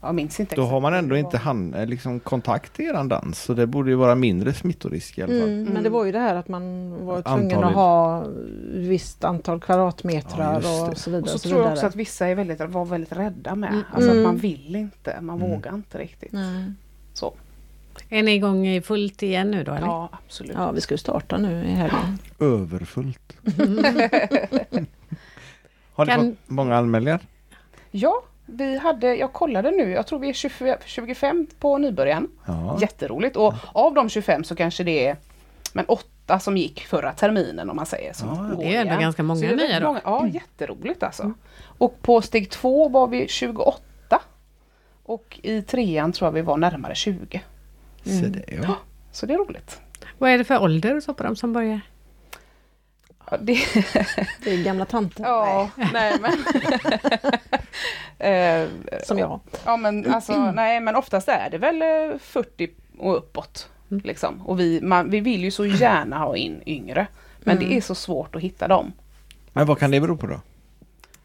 Jag minns inte.
Då
exakt
har man
hur
ändå
det
inte
var.
han, eh, liksom, kontakt i eran dans, så det borde ju vara mindre smittorisk i alla fall.
Mm, men det var ju det här att man var tvungen
Antalet.
att ha visst antal kvadratmetrar
Ja, just det.
och så vidare.
Och så,
så
tror jag
vidare.
också att vissa är väldigt, var väldigt rädda med.
Mm.
Alltså att man
Mm.
vill inte, man
Mm.
vågar inte riktigt.
Nej.
Så.
Är ni igång i fullt igen nu då? Eller?
Ja, absolut.
Ja, vi ska ju starta nu i helgen.
Överfullt. Har ni
Kan-
fått många anmälningar?
Ja, vi hade, jag kollade nu, jag tror vi är 25, 25 på nybörjan.
Ja.
Jätteroligt. Och av de 25 så kanske det är men åtta som gick förra terminen om man säger. Som
Ja, Mm. ja.
går
Det är ändå
igen.
ganska många
Så det är
nya
rätt
då.
Ja, jätteroligt alltså. Och på steg två var vi 28. Och i trean tror jag vi var närmare 20.
Så det, ja.
Så det är roligt.
Vad är det för ålder och så på dem som börjar?
Ja, det,
Det är gamla tanter
ja, nej men. Eh,
som jag.
ja men alltså, nej men oftast är det väl eh, 40 och uppåt.
Mm.
Liksom. Och vi, man, vi vill ju så gärna
Mm.
ha in yngre. Men det är så svårt att hitta dem.
Men vad kan det bero på då?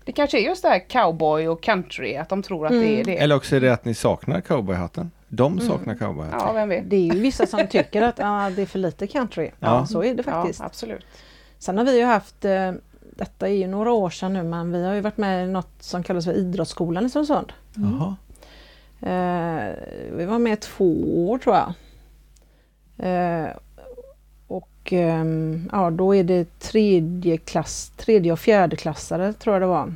Det kanske är just det här cowboy och country, att de tror att det är det.
Eller också är det att ni saknar cowboyhatten. De saknar cowboyhatten.
Ja, vem vet.
Det är ju vissa som tycker att ah, det är för lite country. Ja,
Ja.
så är det
Ja,
faktiskt.
absolut.
Sen har vi ju haft, eh, detta är ju några år sedan nu, men vi har ju varit med i något som kallas för Idrottsskolan i Sundsvall.
Jaha.
Eh, vi var med två år tror jag. Eh, och ehm, ja, då är det tredje, klass, tredje och fjärdeklassare tror jag det var.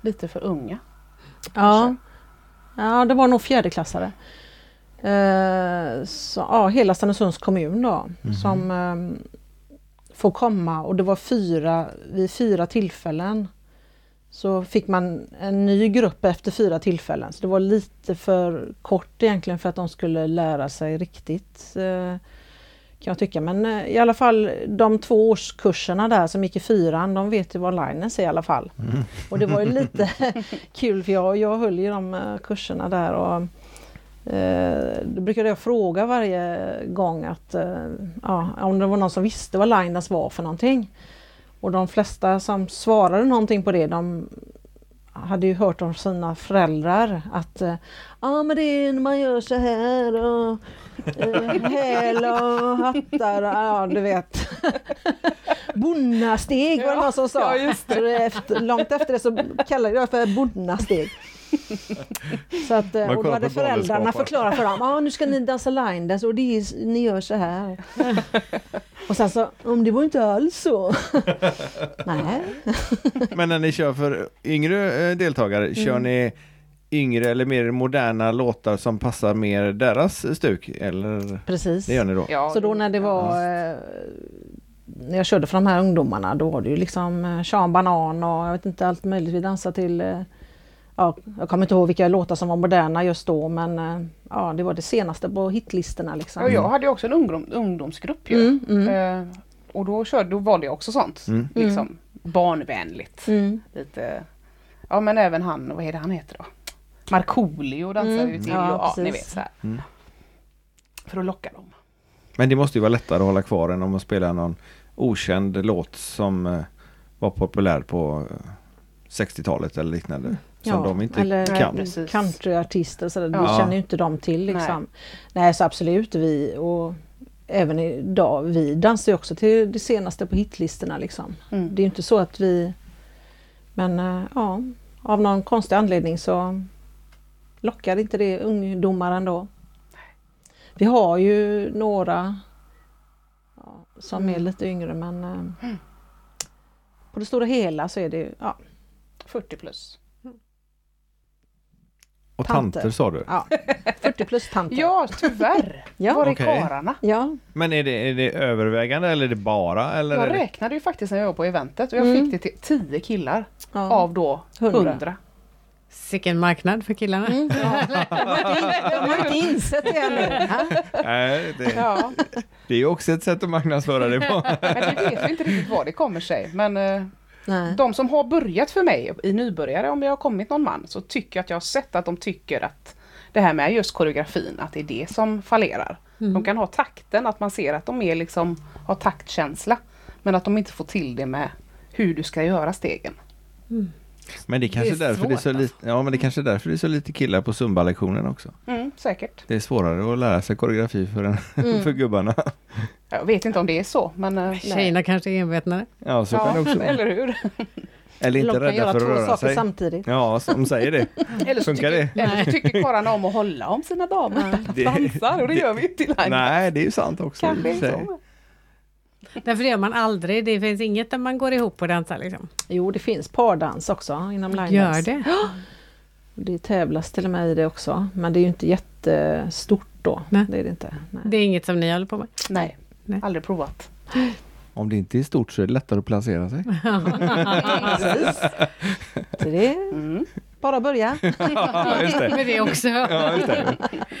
Lite för unga.
Ja, ja det var nog fjärdeklassare. Eh, så, ja, hela Stenungsunds kommun då som ehm, får komma och det var fyra, vid fyra tillfällen så fick man en ny grupp efter fyra tillfällen. Så det var lite för kort egentligen för att de skulle lära sig riktigt eh, kan jag tycka. Men eh, i alla fall de två årskurserna där som gick i fyran, de vet ju vad Linus är i alla fall. Och det var ju lite kul för jag, jag höll ju de eh, kurserna där och eh, då brukade jag fråga varje gång att eh, ja, om det var någon som visste vad Linus var för någonting. Och de flesta som svarade någonting på det, de hade ju hört om sina föräldrar att eh, Ja men det är när man gör så här och eh, häl och hattar och ja du vet. Bonnasteg var det någon som sa.
Ja, just
Så det. Efter, långt efter det så kallade jag för bonnasteg. Så att, eh,
Man
och då
kollar
hade
på galenskaper.
föräldrarna förklarat för dem, ja nu ska ni dansa line dance och det är, ni gör så här. Och sen så, om det var inte alls så. Nej.
Men när ni kör för yngre eh, deltagare, kör ni yngre eller mer moderna låtar som passar mer deras stuk? Eller?
Precis.
Det gör ni då?
Ja,
Så då när det var eh, när jag körde för de här ungdomarna då var det ju liksom eh, Sean Banan och jag vet inte allt möjligt. Vi dansade till eh, ja, jag kommer inte ihåg vilka låtar som var moderna just då men eh, ja, det var det senaste på hitlistorna liksom.
Ja, jag hade ju också en ungdom, ungdomsgrupp ju.
Mm, mm.
Eh, och då, körde, då valde jag också sånt.
Mm.
Liksom barnvänligt.
Mm.
Lite, ja men även han, vad är det han heter då? Markoolio dansade
Mm.
ju till.
Ja,
och, ja, ni
precis.
vet så här.
Mm.
För att locka dem.
Men det måste ju vara lättare att hålla kvar än om man spelar någon okänd låt som eh, var populär på eh, 60-talet eller liknande. Som
Ja,
de inte
eller
kan.
Nej, precis.
countryartister så där, vi
Ja.
känner ju inte dem till liksom. Nej, så absolut vi och även idag, vi dansar ju också till det senaste på hitlistorna liksom.
Mm.
Det är ju inte så att vi... Men eh, ja, av någon konstig anledning så lockar inte det ungdomar ändå. Vi har ju några ja, som är lite yngre men eh, på det stora hela så är det ju ja,
40 plus.
Och
tanter.
tanter sa du.
ja, 40 plus tanter.
Ja, tyvärr
Ja.
var det
Okej.
karlarna.
ja.
Men är det, är det övervägande eller är det bara? Eller är
Jag
det...
räknade ju faktiskt när jag var på eventet och jag
Mm.
fick det till 10 killar
ja.
av då 100.
Hundra.
Sicken marknad för killarna.
De har ju inte insett det ännu. Ja.
Nej, det,
Ja,
det är ju också ett sätt att marknadsföra det på.
men det vet vi inte riktigt vad det kommer sig. Men eh,
Nej.
De som har börjat för mig i nybörjare, om jag har kommit någon man, så tycker jag att jag har sett att de tycker att det här med just koreografin, att det är det som fallerar.
Mm.
De kan ha takten, att man ser att de är liksom, har taktkänsla. Men att de inte får till det med hur du ska göra stegen.
Men det, kanske
Det är
därför det är så
svårt,
lite, ja, men det kanske är därför det är så lite killar på Zumba-lektionen också.
Mm, säkert.
Det är svårare att lära sig koreografi för, en, för gubbarna.
Jag vet inte om det är så, men... eh,
Tjejerna kanske är envetnare.
Ja, så kan det
Ja,
också vara.
eller hur?
Eller inte
De kan
rädda
göra
för att
två
röra
saker
sig.
samtidigt.
Ja, som säger det.
Eller så
Funkar
tycker, eller så tycker karlarna om att hålla om sina damer.
Det-
Dansar, och det gör vi ju inte i line.
Nej, det är ju sant också. i och
Kanske
för
är det
sig.
så.
Därför det gör man aldrig. Det finns inget där man går ihop och dansar liksom.
Jo, det finns pardans också inom line
Gör
dance.
det?
Det tävlas till och med i det också, men det är ju inte jättestort då.
Nej.
Det är det inte. Nej.
Det är inget som ni håller på med.
Nej,
Nej.
aldrig provat.
Om det inte är stort så är det lättare att placera sig.
Precis. Så det är
Mm.
bara att börja.
Ja, just det.
Men det också.
Ja, just det.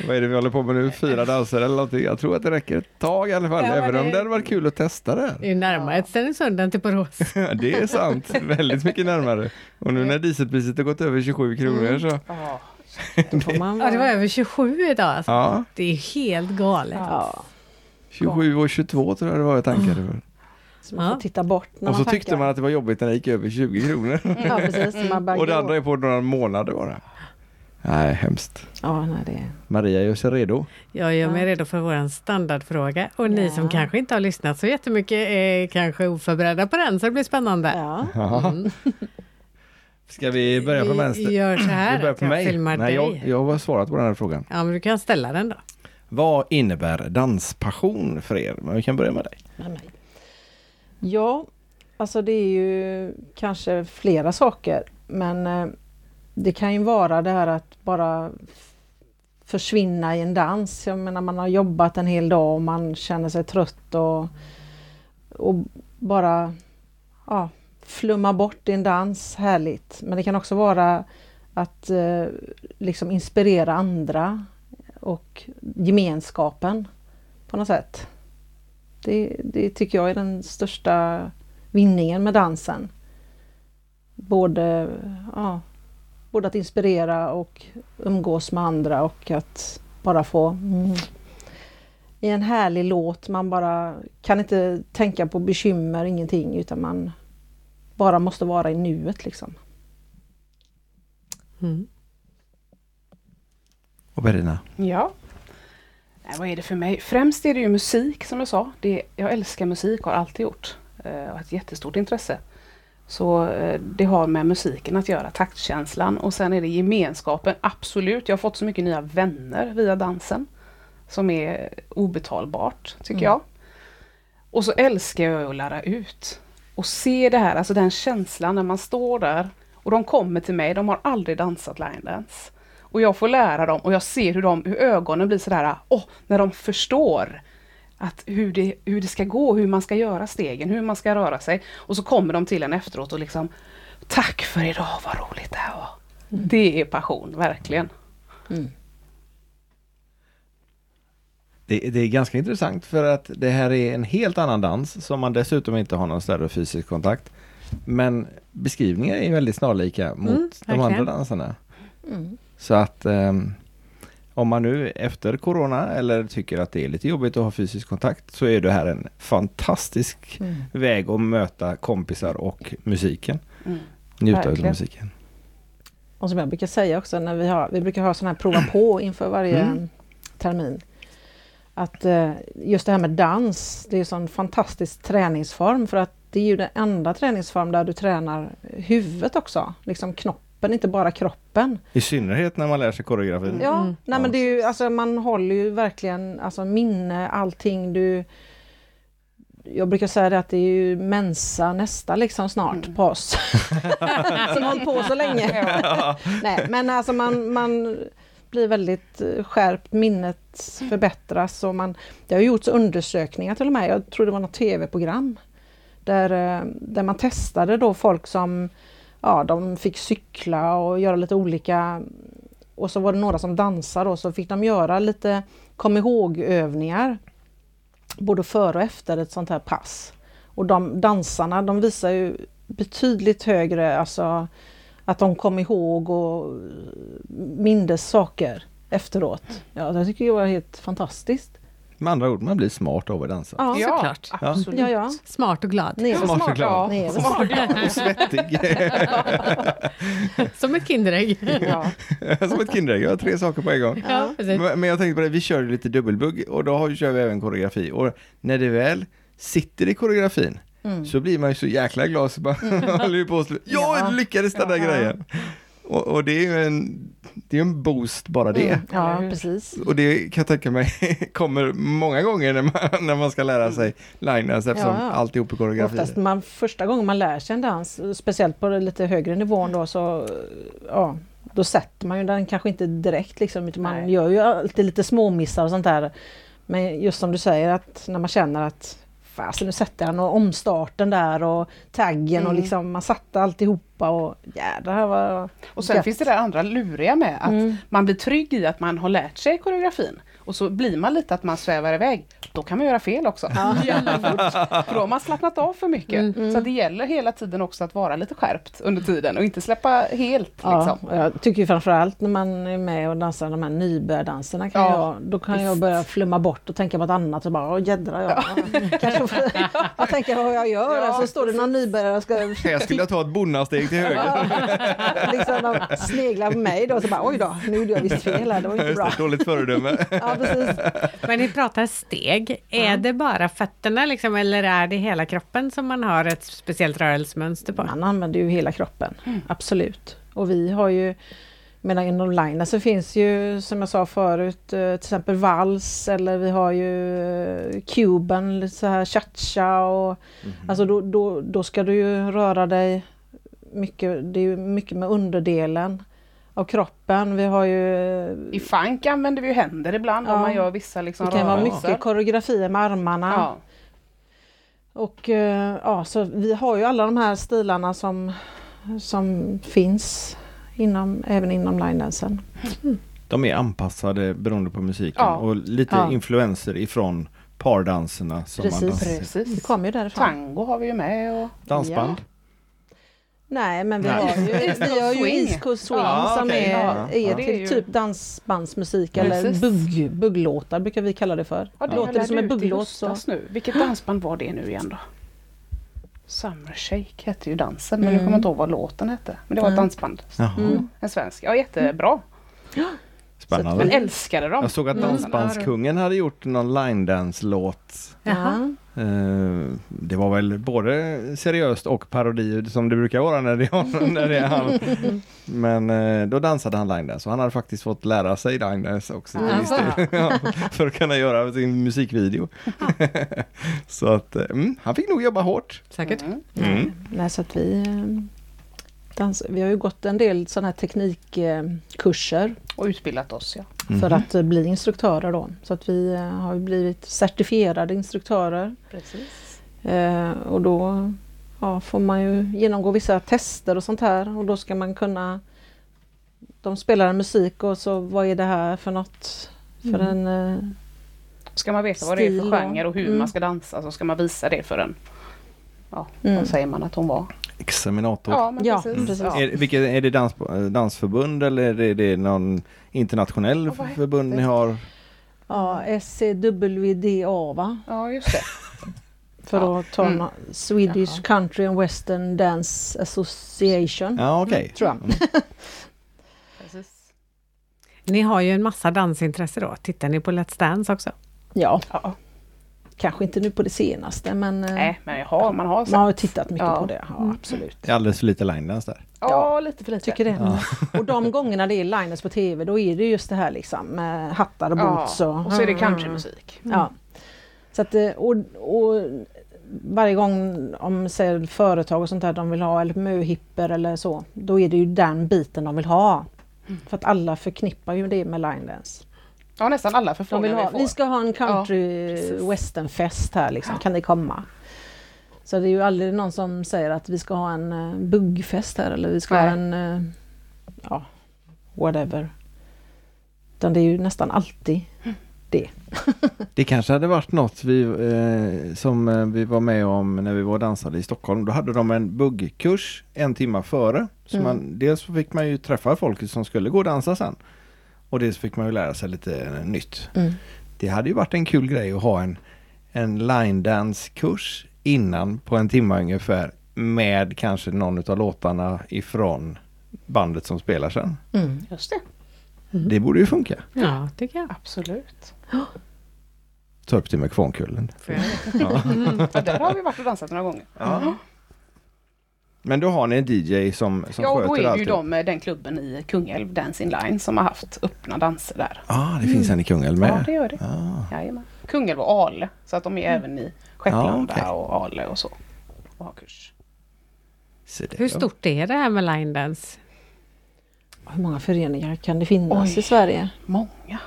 Vad är det vi håller på med nu? Fyra danser eller någonting? Jag tror att det räcker ett tag i alla fall,
Ja, men
även om
det-
det hade varit kul att testa det.
Det är ju närmare ett Stenungsund än till Borås.
Det är sant, väldigt mycket närmare. Och nu när dieselpriset har gått över 27 kronor så...
Ja.
Då får man
Ja, det var
vara-
över 27 idag alltså.
Ja,
Det är helt galet.
ja.
27 och 22 tror jag det var jag tankade för.
Så man
Ja.
får titta bort när
Och så
man
tyckte
tackar.
man att det var jobbigt när det gick över 20 kronor.
Ja, precis. så Man bara,
Och det
"Jo."
andra är på några månader bara. Nej, hemskt.
Ja, nej, det...
Maria gör sig redo.
Jag gör mig
Ja.
redo för vår standardfråga. Och ni
Ja.
som kanske inte har lyssnat så jättemycket är kanske oförberedda på den, så det blir spännande.
Ja.
Jaha.
Mm.
Ska vi börja från vänster?
Vi gör så här,
Vi börjar
att
på
jag
mig.
filmar
Nej,
dig.
jag, jag har svarat på den här frågan.
Ja, men du kan ställa den då.
Vad innebär danspassion för er? Men vi kan börja med dig.
Nej, nej. Ja, alltså det är ju kanske flera saker. Men eh, det kan ju vara det här att bara f- försvinna i en dans. Jag menar man har jobbat en hel dag och man känner sig trött och, och bara ja, flumma bort i en dans. Härligt. Men det kan också vara att eh, liksom inspirera andra och gemenskapen på något sätt. Det, det tycker jag är den största vinningen med dansen. Både, ja, både att inspirera och umgås med andra och att bara få mm, i en härlig låt, man bara kan inte tänka på bekymmer, ingenting, utan man bara måste vara i nuet liksom.
Mm.
Och Berina.
Ja. Nej, vad är det för mig? Främst är det ju musik som jag sa. Det, jag älskar musik och har alltid gjort. eh, Och har ett jättestort intresse. Så eh, det har med musiken att göra, taktkänslan. Och sen är det gemenskapen, absolut. Jag har fått så mycket nya vänner via dansen. Som är obetalbart, tycker jag. Och så älskar jag att lära ut. Och se det här, alltså den känslan när man står där. Och de kommer till mig, de har aldrig dansat line dance. Och jag får lära dem och jag ser hur, de, hur ögonen blir sådär, åh, när de förstår att hur, det, hur det ska gå, hur man ska göra stegen, hur man ska röra sig. Och så kommer de till en efteråt och liksom, tack för idag, vad roligt det här var.
Mm.
Det är passion, verkligen.
Det, det är ganska intressant för att det här är en helt annan dans som man dessutom inte har någon större fysisk kontakt. Men beskrivningar är väldigt snarlika mot
Mm,
de
verkligen.
andra danserna. Så att ehm, om man nu efter corona eller tycker att det är lite jobbigt att ha fysisk kontakt så är det här en fantastisk väg att möta kompisar och musiken.
Mm.
Njuta av
Verkligen.
musiken.
Och som jag brukar säga också när vi har, vi brukar ha sådana här prova på inför varje
Mm.
termin. Att eh, just det här med dans, det är en sån fantastisk träningsform för att det är ju den enda träningsform där du tränar huvudet också, liksom knoppen, inte bara kroppen.
I synnerhet när man lär sig koreografin.
Ja,
Mm.
nej men det är ju, alltså man håller ju verkligen alltså minne, allting du... Jag brukar säga det att det är ju mensa nästa liksom snart på oss. Som har hållit på så länge. nej, men alltså man, man blir väldigt eh, skärpt, minnet förbättras och man... Det har ju gjorts undersökningar till och med, jag tror det var något tv-program där, eh, där man testade då folk som ja, de fick cykla och göra lite olika och så var det några som dansade och så fick de göra lite kom ihåg-övningar både före och efter ett sånt här pass. Och de dansarna de visar ju betydligt högre, alltså att de kom ihåg och mindes saker efteråt. Ja, jag tycker det var helt fantastiskt.
Med andra ord, man blir smart av att dansa.
Ja,
såklart.
absolut.
Ja, ja.
Smart och glad.
Ni är väl
Smart
smart.
förklarat.
Ni är väl
Smart.
Och svettig.
Som ett Kinderägg.
Ja.
Som ett Kinderägg, jag har tre saker på en gång.
Ja, precis.
Men men jag tänkte på det, vi kör ju lite dubbelbugg och då har- kör vi även koreografi. Och när det väl sitter i koreografin så blir man ju så jäkla glad så man håller ju på och slår.
Mm. Ja.
Jag lyckades den där
Ja.
grejen! Och, och det är ju en, det är en boost bara det.
Mm, ja, precis.
Och det kan jag tänka mig kommer många gånger när man, när man ska lära sig liners eftersom
Ja, ja.
alltihop är koreografi.
Oftast man, första gången man lär sig en dans, speciellt på den lite högre nivån då, så ja, då sätter man ju den kanske inte direkt liksom, utan man
Nej.
gör ju alltid lite småmissar och sånt där. Men just som du säger att när man känner att fasen nu sätter han och omstarten där och taggen och
Mm.
liksom man satte alltihopa och jädrar vad
Och sen
gött.
finns det där andra luriga med att
Mm.
man blir trygg i att man har lärt sig koreografin. Och så blir man lite att man svävar iväg. Då kan man göra fel också. Jävla fort. För då har man slappnat av för mycket.
Mm.
Så att det gäller hela tiden också att vara lite skärpt under tiden och inte släppa helt.
Ja,
Liksom.
och jag tycker ju framförallt när man är med och dansar de här nybörjardanserna, kan
Ja,
jag, då kan jag
visst.
börja flumma bort och tänka på något annat och bara åh jädrar, jag, kanske får, jag tänker vad jag gör,
Ja,
och så står det någon nybörjare och ska
Jag skulle ta ett bonnasteg till höger.
liksom, de sneglar på mig då, så bara oj då, nu gjorde jag visst fel här, det var inte
Just
bra.
det, dåligt föredöme.
Ja, precis.
Men ni pratar steg. Är det bara fötterna liksom, eller är det hela kroppen som man har ett speciellt rörelsemönster på?
Man använder ju hela kroppen, absolut. Och vi har ju, medan inom linen så finns ju som jag sa förut, eh, till exempel vals eller vi har ju eh, cuban, lite så här cha-cha och alltså då, då, då ska du ju röra dig mycket, det är ju mycket med underdelen av kroppen. Vi har ju,
I funk använder vi ju händer ibland
Ja.
om man gör vissa liksom
det kan vara
rörelser.
mycket koreografier med armarna.
Ja.
Och eh, ja, så vi har ju alla de här stilarna som, som finns inom, även inom linedansen.
De är anpassade beroende på musiken
Ja.
och lite
Ja.
influenser ifrån pardanserna som man
Precis.
dansar.
Det
Precis.
kommer ju därifrån.
Tango har vi ju med och
Dansband.
Nej, men vi
Nej.
har ju, vi har ju
Swing.
East Coast Swing
Ja,
som
okej.
är,
Ja.
är
Ja. Det är
till,
ju-
typ dansbandsmusik
Precis.
eller bugg, bugglåtar brukar vi kalla det för.
Ja, det
Låter det
lärde
som en
ut i
bugglåt så...
höstas nu. Vilket dansband var det nu igen då? Summer Shake hette ju dansen, men jag
Mm.
kommer inte ihåg vad låten hette. Men det var ett
Mm.
dansband.
Jaha,
Mm.
En svensk. Ja, jättebra. Men
spännande.
älskade dem.
Jag såg att
Mm.
Dansbandskungen hade gjort någon line-dance-låt.
Jaha.
Ja.
Eh, Det var väl både seriöst och parodi som det brukar vara när det är, när det är han. Men eh, då dansade han line-dance och han hade faktiskt fått lära sig line-dance också till
Ah.
viss del. Ja, för att kunna göra sin musikvideo. Så att eh, mm, han fick nog jobba hårt.
Säkert.
Mm.
Mm.
Nej, så att vi, eh, dans, vi har ju gått en del sådana här teknikkurser
Och utbildat oss, ja.
för att eh, bli instruktörer då. Så att vi eh, har ju blivit certifierade instruktörer
Precis.
eh, och då ja, får man ju genomgå vissa tester och sånt här och då ska man kunna de spelar en musik och så vad är det här för något? För
Mm.
en, eh,
Ska man veta vad det är
Stil
för
och-
genre och hur
Mm.
man ska dansa så ska man visa det för en. Ja,
Mm.
vad säger man att hon var?
Examinator.
Ja, men
Ja,
precis.
precis.
Mm. Ja.
Är, vilket, är det dans, eh, dansförbund eller är det någon internationell
Oh, vad Mm. hette
förbund ni
det?
har?
ja, E SCWDA va?
ja, just det.
För
Ja.
att ta
Mm.
nå- Swedish
Jaha.
Country and Western Dance Association.
Ja, okej.
Tror
Mm.
jag.
Precis.
Ni har ju en massa dansintresse då. Tittar ni på Let's Dance också?
Ja,
Ja.
kanske inte nu på det senaste men eh,
Nej, men jag har, man har
man
sagt.
har tittat mycket
Ja.
på det. Ja, absolut.
Det är alldeles för lite linedance där.
Ja, lite för lite.
Tycker det. Och de gångerna det är Linus på TV då är det just det här liksom med hattar och
Ja,
boots. Och,
Och så är det countrymusik.
ja. så att, eh, och, och varje gång om säger, företag och sånt där de vill ha eller möhippor eller så då är det ju den biten de vill ha.
Mm.
För att alla förknippar ju det med linedance.
Ja, nästan alla
De vill
förfrågningar vi
ha,
får.
vi ska ha en country
precis.
westernfest här liksom, kan ni komma? Så det är ju aldrig någon som säger att vi ska ha en eh, buggfest här eller vi ska ha
Nej.
en, eh, ja, whatever. Utan det är ju nästan alltid.
Det kanske hade varit något vi, eh, som eh, vi var med om när vi var och dansade i Stockholm. Då hade de en buggkurs en timma före. Så
Mm.
man, dels så fick man ju träffa folk som skulle gå och dansa sen. Och dels fick man ju lära sig lite eh, nytt. Det hade ju varit en kul grej att ha en, en line-dance-kurs innan på en timma ungefär. Med kanske någon utav låtarna ifrån bandet som spelar sen.
Just det.
Det borde ju funka.
Ja, tycker jag.
Absolut.
Ta upp det med kvarnkullen.
Får jag det?
Ja, där har vi varit och dansat några gånger. Mm. Men
Men då har ni en DJ som, som
ja, och
sköter
då är det ju
allting.
de, eh, den klubben i Kungälv, Dance in Line, som har haft öppna danser där.
Ja, ah, det finns en i Kungälv
Ja,
med. Ah,
det gör det. Jajamän. Kungälv och Ale, så att de är även i Skepplanda
Mm. Ja, okej.
och Ale och så. Och har kurs.
Se där,
Hur
ja.
stort är det här med line dance?
Hur många föreningar kan det finnas
Oj.
i Sverige?
Många.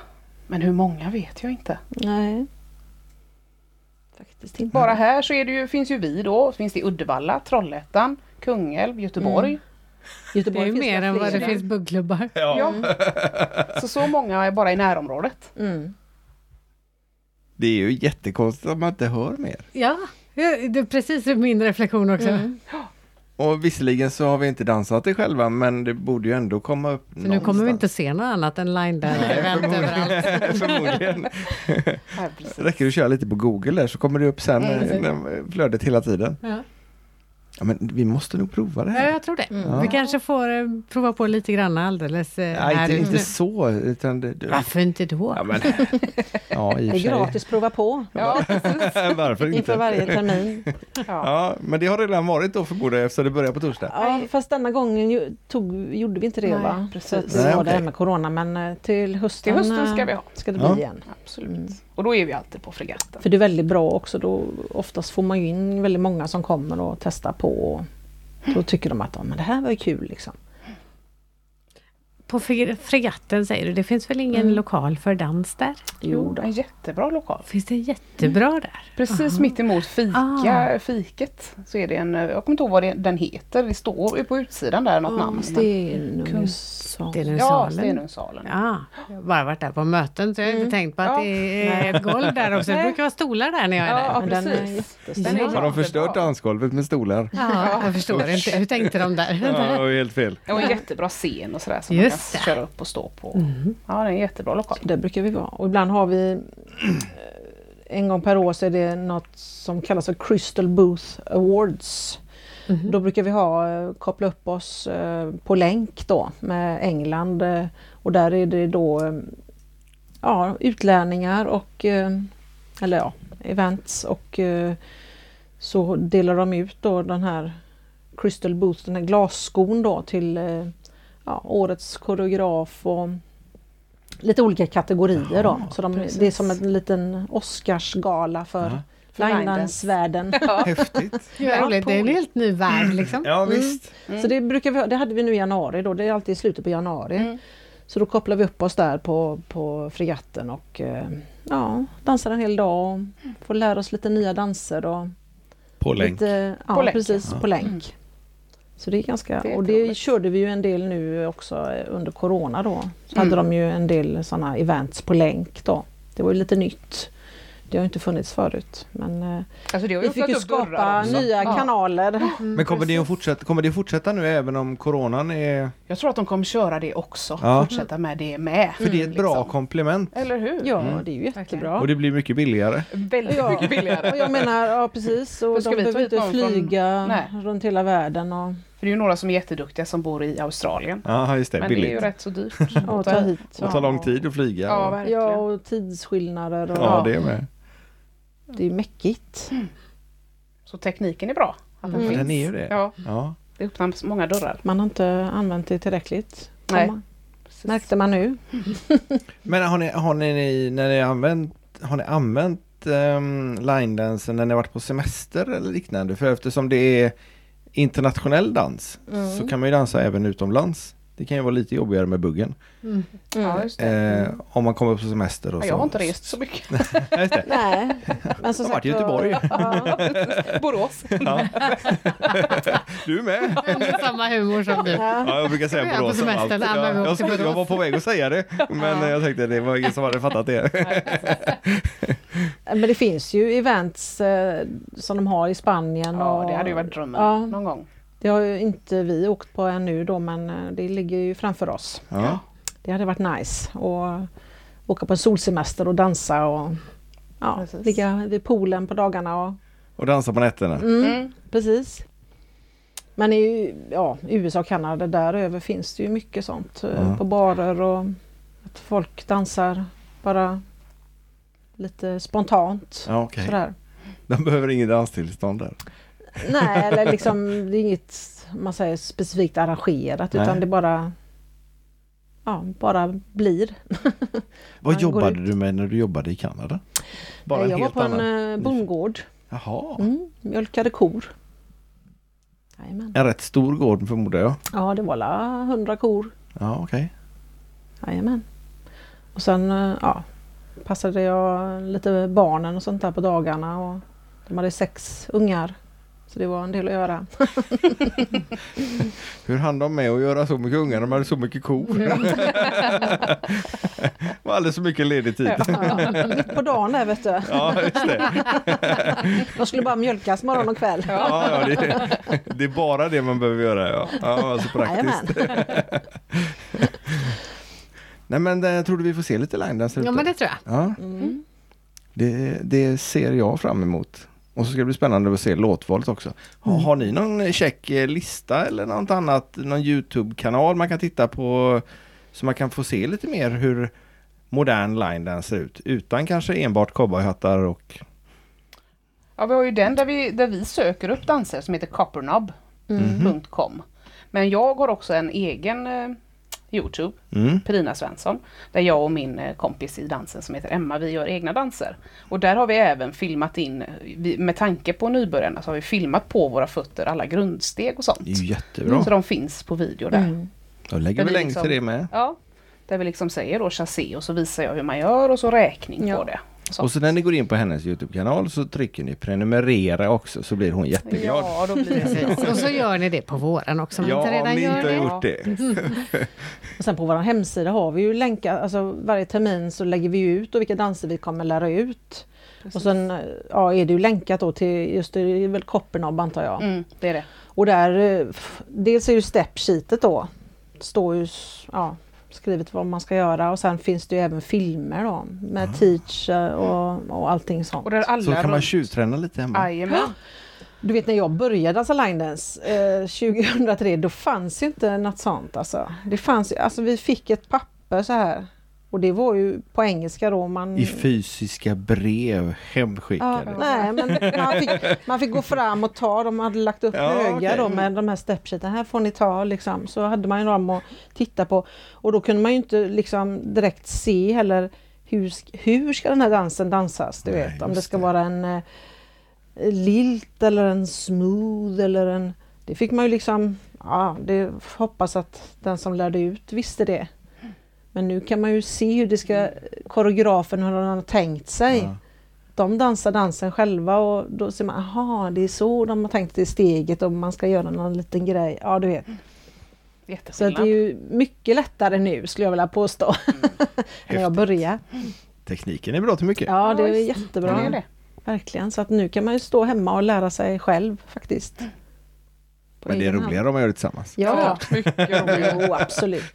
Men hur många vet jag inte.
Nej. Faktiskt inte.
Bara här så är det ju, finns ju vi då, finns det i Uddevalla, Trollhättan, Kungälv, Göteborg.
Mm.
Det är
Mm. Göteborg
ju
finns
mer än vad det
flera.
finns buggklubbar.
Ja. Så så många är bara i närområdet.
Mm.
Det är ju jättekonstigt att man inte hör mer.
Ja, det är precis min reflektion också.
Mm.
Och visserligen så har vi inte dansat det själva, men det borde ju ändå komma upp
För nu kommer vi inte se något annat än line där event överallt.
Förmodligen.
Ja, precis.
Räcker det att köra lite på Google där så kommer det upp sen
Mm.
eh, när- flödet hela tiden.
Ja.
Ja, men vi måste nog prova det
Ja,
här.
jag tror det.
Ja.
Vi kanske får eh, prova på lite grann alldeles eh,
Nej,
här
inte,
ute.
inte så. Utan det, det,
Varför inte då?
ja, men, ja, i och
Det
för
är
sig.
gratis, prova på
Ja, precis.
Varför
inför
inte?
varje termin.
Ja.
Ja, men det har redan varit då förmodar jag eftersom det börjar på torsdag.
Ja, fast denna gången ju, tog, gjorde vi inte det
Nej,
va?
precis.
Så att
Nej,
Det var det här
okej.
med Corona men eh, till hösten,
Till hösten
eh,
ska vi ha.
ska det bli
Ja.
igen.
Absolut.
Mm.
Och då är vi alltid på fregatten.
För det är väldigt bra också, då oftast får man ju in väldigt många som kommer och testar på. Och då tycker de att "Ja, men det här var ju kul liksom.
På fre- fregatten säger du, det finns väl ingen lokal för dans där?
Jo då.
en jättebra lokal.
Finns det jättebra där?
Precis mitt emot fika,
Ah.
fiket så är det en, eh, jag kommer inte ihåg vad det, den heter, det står ju på utsidan där något namn. men-
Mm,
Det är
Stenungsson.
den
Ja,
salen. Mm.
Stenungsalen.
Ja, jag har bara varit där på möten så jag har inte tänkt på att
Ja.
det är ett golv där också. Det brukar vara stolar där när jag är där.
Ja,
Men den är
precis.
jättestor.
Den är
Har
Har de
jättebra.
förstört dansgolvet med stolar?
Ja, jag förstår inte. Hur tänkte de där?
Ja, det var ju helt fel.
Och en jättebra scen och sådär som
Just
man
det.
kan köra upp och stå på. Ja, det är en jättebra lokal.
Där brukar vi vara. Och ibland har vi eh, en gång per år så är det något som kallas för Crystal Booth Awards. Då brukar vi ha, eh, koppla upp oss eh, på länk då med England eh, och där är det då eh, ja, utlänningar och eh, eller ja, events och eh, så delar de ut då den här Crystal Booth, den här glasskon då till eh, ja, årets koreograf och lite olika kategorier då. Så de, det är
precis.
som en liten Oscarsgala för
För line dance.
linedance-världen.
Häftigt.
Det är roligt. Det är en helt ny värld liksom.
Ja, visst.
Så det, brukar vi, ha- det hade vi nu i januari då, det är alltid i slutet på januari.
Mm.
Så då kopplar vi upp oss där på, på fregatten och eh, ja, dansar en hel dag och får lära oss lite nya danser. Och
På
Lite, ja,
På länk. Mm.
precis, på länk. Så det är ganska,
Det är
och det
roligt.
körde vi ju en del nu också eh, under Corona då. Så hade
Mm.
de ju en del sådana events på länk då. Det var ju lite nytt. Det har ju inte funnits förut. Men eh,
Alltså det har ju
vi fick ju
öppnat upp dörrar
skapa
också.
nya
Ja. Mm.
kanaler.
Men kommer det, att fortsätta, kommer det att fortsätta nu även om coronan är...
Jag tror att de kommer köra det också,
Ja.
fortsätta med det med. Mm. Liksom.
För det är ett bra komplement.
Eller hur?
Ja, det är ju jättebra.
Mm. Och det blir mycket billigare.
Väldigt
Ja.
mycket billigare.
Och jag menar, ja precis. Och
För
de
ska vi ta
behöver
hit
inte
någon från-
flyga
Nej.
runt hela världen och,
För det är ju några som är jätteduktiga som bor i Australien.
Ja, just det.
Men det är ju
billigt.
rätt så dyrt. att
och
ta
ta
hit.
hit.
Och tar lång tid att flyga.
Ja,
och,
verkligen.
Ja, och tidsskillnader. Och,
ja det med.
Det är ju mäckigt.
Så tekniken är bra. Att den
Mm.
finns.
Den är ju det.
Ja,
Ja.
det öppnar många dörrar.
Man har inte använt det tillräckligt.
Nej.
Kom-
Precis.
Märkte man nu.
Men har ni, har ni, när ni använt, har ni använt um, linedansen när ni har varit på semester eller liknande? För eftersom det är internationell dans så kan man ju dansa även utomlands. Det kan ju vara lite jobbigare med buggen.
Ja, just det.
Eh, om man kommer på semester och
Ja,
så.
jag har inte rest så mycket.
Just det.
Nej. Men som
Jag har varit i
sagt var-
Göteborg.
Ja.
Borås.
Ja. Du med?
Med samma humor som du.
Ja, jag brukar
Jag
säga
är på
Borås om allt.
semester,
Jag,
där behöver vi
jag,
också
skulle- jag var på väg att säga det, men eh, jag tänkte det var ingen som hade fattat det.
Men det finns ju events eh, som de har i Spanien.
Ja,
och,
det hade ju varit drömmen
Ja.
någon gång.
Det har ju inte vi åkt på ännu då men eh, det ligger ju framför oss.
Ja.
Det hade varit nice att åka på en solsemester och dansa och ja,
Precis.
ligga vid poolen på dagarna. Och,
Och dansa på nätterna.
mm,
Mm.
precis. Men i ja, USA och Kanada däröver finns det ju mycket sånt eh,
Ja.
på barer och att folk dansar bara lite spontant.
Ja, okej.
Sådär.
De behöver ingen danstillstånd där.
Nej, eller liksom det är inget man säger specifikt arrangerat
Nej.
utan det bara Ja, bara blir. Man
Vad
går
jobbade du med när du jobbade i Kanada? Bara en
jag var
helt
på
annan.
en eh, bondgård,
Jaha,
mm, mjölkade kor. Jajamän.
en rätt stor gård förmodar jag.
Ja, det var alla hundra kor.
Ja, okej.
Jajamän. Och sen eh, ja, passade jag lite barnen och sånt där på dagarna. Och de hade sex ungar. Så det var en del att göra.
Hur hann de med att göra så mycket ungar? De hade så mycket kor. det var alldeles så mycket ledig tid.
Ja, mitt på dagen där vet du.
Ja, just det.
De skulle bara mjölkas morgon och kväll.
Ja, ja, det, det är bara det man behöver göra. Ja, ja så praktiskt.
Jajamän.
Nej, men eh, tror du vi får se lite line dance
Ja,
ute?
men det tror jag.
Ja,
Mm.
det, det ser jag fram emot. Och så ska det bli spännande att se låtvalet också. Har, har ni någon check eh, lista eller något annat, någon Youtube-kanal man kan titta på så man kan få se lite mer hur modern line dance ser ut utan kanske enbart cowboyhattar och...
Ja, vi har ju den där vi, där vi söker upp danser som heter
Mhm.
coppernob.com. Men jag har också en egen eh, Youtube,
Mm.
Perina Svensson, där jag och min eh, kompis i dansen som heter Emma, vi gör egna danser. Och där har vi även filmat in, eh, vi, med tanke på nybörjarna, så har vi filmat på våra fötter alla grundsteg och sånt.
Det är ju jättebra.
Så de finns på video där.
Då lägger vi
Mm. Men vi
länk
liksom-
till det med.
Ja, där vi liksom säger då chassé och så visar jag hur man gör och så räkning på
Ja.
det. Så.
Och så när ni går in på hennes Youtube-kanal så trycker ni prenumerera också så blir hon jätteglad.
Ja, då blir det så.
Och så gör ni det på våren också. Om
Ja,
ni inte redan
om ni
gör
inte har
det.
gjort det.
Och sen på vår hemsida har vi ju länkar, alltså varje termin så lägger vi ut och vilka danser vi kommer lära ut. Och sen eh, ja, är det ju länkat då till, just det är väl Coppernob antar jag.
Mm, det är det.
Och där, eh, f- dels är ju stepsheetet då, står ju s- ja, skrivet vad man ska göra och sen finns det ju även filmer då med teach eh, och, och allting sånt.
Och där alla
Så kan man
runt-
tjuvträna lite hemma.
Jajamän.
Du vet när jag började dansa linedance eh, 2003, då fanns ju inte något sånt alltså. Det fanns ju, alltså vi fick ett papper så här. Och det var ju på engelska då man...
I fysiska brev
ja,
hemskickade.
nej, men man fick, man fick gå fram och ta, de hade lagt upp
Ja,
höga
okej.
då med de här stepsheeten. Här får ni ta liksom. Så hade man ju dem att titta på. Och då kunde man ju inte liksom direkt se heller hur, sk- hur ska den här dansen dansas? Du
Nej,
vet, om
just
det ska
det.
vara en eh, lilt eller en smooth eller en... Det fick man ju liksom... Ja, det hoppas att den som lärde ut visste det. Men nu kan man ju se hur det ska... Koreografen, hur han har tänkt sig.
Ja.
De dansar dansen själva och då ser man, aha, det är så de har tänkt i steget och man ska göra någon liten grej. Ja, du vet. Så att
Jätteskillnad.
det är ju mycket lättare nu skulle jag vilja påstå. när jag
Häftigt.
började.
Tekniken är bra till mycket.
Ja, det är
visst.
jättebra.
Det är det.
Verkligen, så att nu kan man ju stå hemma och lära sig själv faktiskt.
Mm.
På
Men det är
egen hand.
roligare om man gör det tillsammans.
Ja,
mycket roligt.
jo absolut.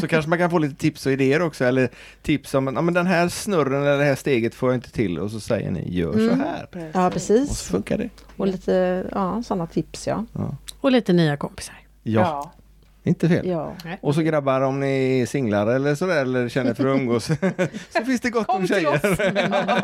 Så kanske man kan få lite tips och idéer också eller tips om ja, men den här snurren eller det här steget får jag inte till och så säger ni gör så
Mm.
här.
Ja,
Och så
precis.
funkar det.
Och lite ja, sådana tips ja.
Och lite nya kompisar.
Ja, inte fel.
ja.
Och så grabbar om ni är singlar eller sådär eller känner för att umgås så finns det gott om
Kom till
tjejer.
oss!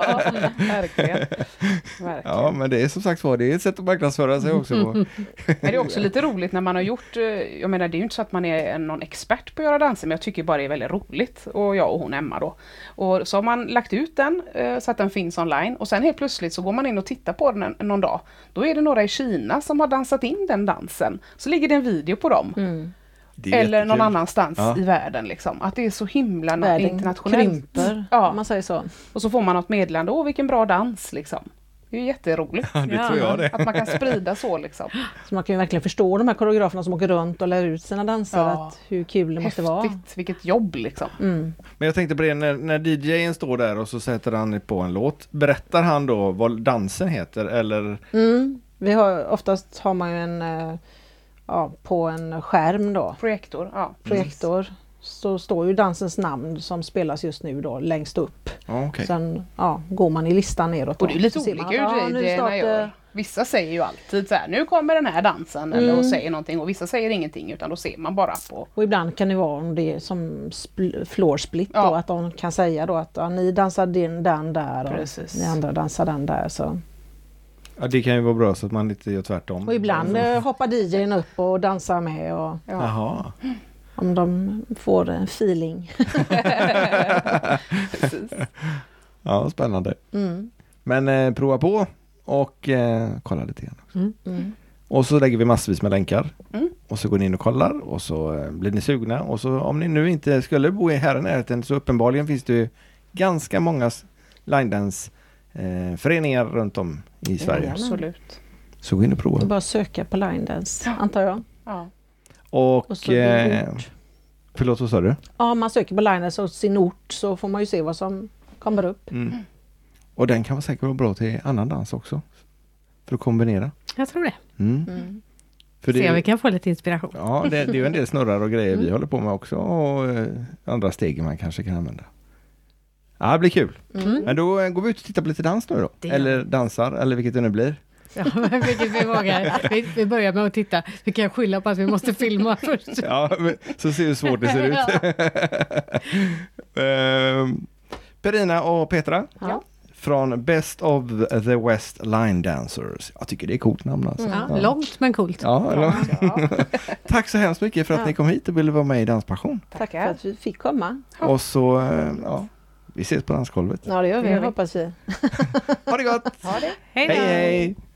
Ja, Verkligen. Verkligen.
Ja, men det är som sagt var, det är ett sätt att marknadsföra sig också. på.
Men det är också lite roligt när man har gjort, eh, jag menar det är ju inte så att man är någon expert på att göra danser, men jag tycker bara det är väldigt roligt. Och jag och hon Emma då. Och så har man lagt ut den eh, så att den finns online och sen helt plötsligt så går man in och tittar på den en- någon dag. Då är det några i Kina som har dansat in den dansen. Så ligger det en video på dem.
Mm.
Det är
Eller någon
jättekul.
annanstans
Ja.
i världen liksom. Att det är så himla na-
Världen
internationellt.
krymper
Ja.
om man säger så.
Och så får man något meddelande, åh vilken bra dans liksom. Det är ju jätteroligt.
Ja, det tror jag det.
Att man kan sprida så liksom.
Så man kan ju verkligen förstå de här koreograferna som åker runt och lär ut sina danser,
Ja.
att hur kul det måste vara.
Häftigt, vilket jobb liksom.
Mm.
Men jag tänkte på det när, när DJn står där och så sätter han på en låt. Berättar han då vad dansen heter eller?
Mm. Vi har, oftast har man ju en eh, ja, på en skärm då,
Projektor, ja.
Mm. projektor, så står ju dansens namn som spelas just nu då längst upp.
Ja, okej.
Sen ja, går man i listan neråt.
Och det är ju
då.
lite
Så ser man
olika hur
att,
ja,
nu
det
startar-
gör. Vissa säger ju alltid så här, nu kommer den här dansen eller
Mm.
och säger någonting och vissa säger ingenting utan då ser man bara på.
Och ibland kan det vara om det är som spl- floor split då,
Ja.
att de kan säga då att ja, ni dansar den, den där och
Precis.
ni andra dansar den där. Så.
Ja, det kan ju vara bra så att man inte gör tvärtom.
Och ibland eh, hoppar DJn upp och dansar med och
Jaha.
om de får en feeling.
Precis.
Ja, spännande.
Mm.
Men eh, prova på och eh, kolla lite grann. Också.
Mm.
Mm.
Och så lägger vi massvis med länkar.
Mm.
Och så går ni in och kollar och så eh, blir ni sugna. Och så om ni nu inte skulle bo i här i närheten så uppenbarligen finns det ju ganska många s- linedance eh, föreningar runt om i Sverige.
Jajamän.
Absolut.
Så gå in och
Det är
prova.
bara att söka på line dance,
Ja.
antar jag.
Ja.
Och,
Och så din
eh,
ort.
förlåt, vad sa du?
Ja, om man söker på line dance och sin ort så får man ju se vad som kommer upp.
Och den kan säkert vara bra till annan dans också. För att kombinera.
Jag tror det.
Mm.
Mm.
För
Se om vi
det,
kan få lite inspiration.
ja, det, det är ju en del snurrar och grejer vi håller på med också och eh, andra steg man kanske kan använda. Ja, det blir kul. Men då eh, går vi ut och tittar på lite dans nu då.
Det gör
Eller dansar, eller vilket det nu blir.
Ja, vilket vi vågar. Vi, vi börjar med att titta. Vi kan skylla på att vi måste filma först.
Ja, men, så ser hur svårt det ser ut. Ehm, Perina och Petra
Ja.
från Best of the West Line Dancers. Jag tycker det är coolt namn alltså.
Mm. Ja, långt men coolt.
Ja, eller-
Ja.
Tack så hemskt mycket för att
Ja.
ni kom hit och ville vara med i Danspassion.
Tack för
Tackar.
att vi fick komma.
Ja.
Och så, eh, ja, vi ses på dansgolvet.
Ja, det gör vi,
Det gör vi.
hoppas vi.
Ha det gott!
Ha det.
Hej då!
hej! hej.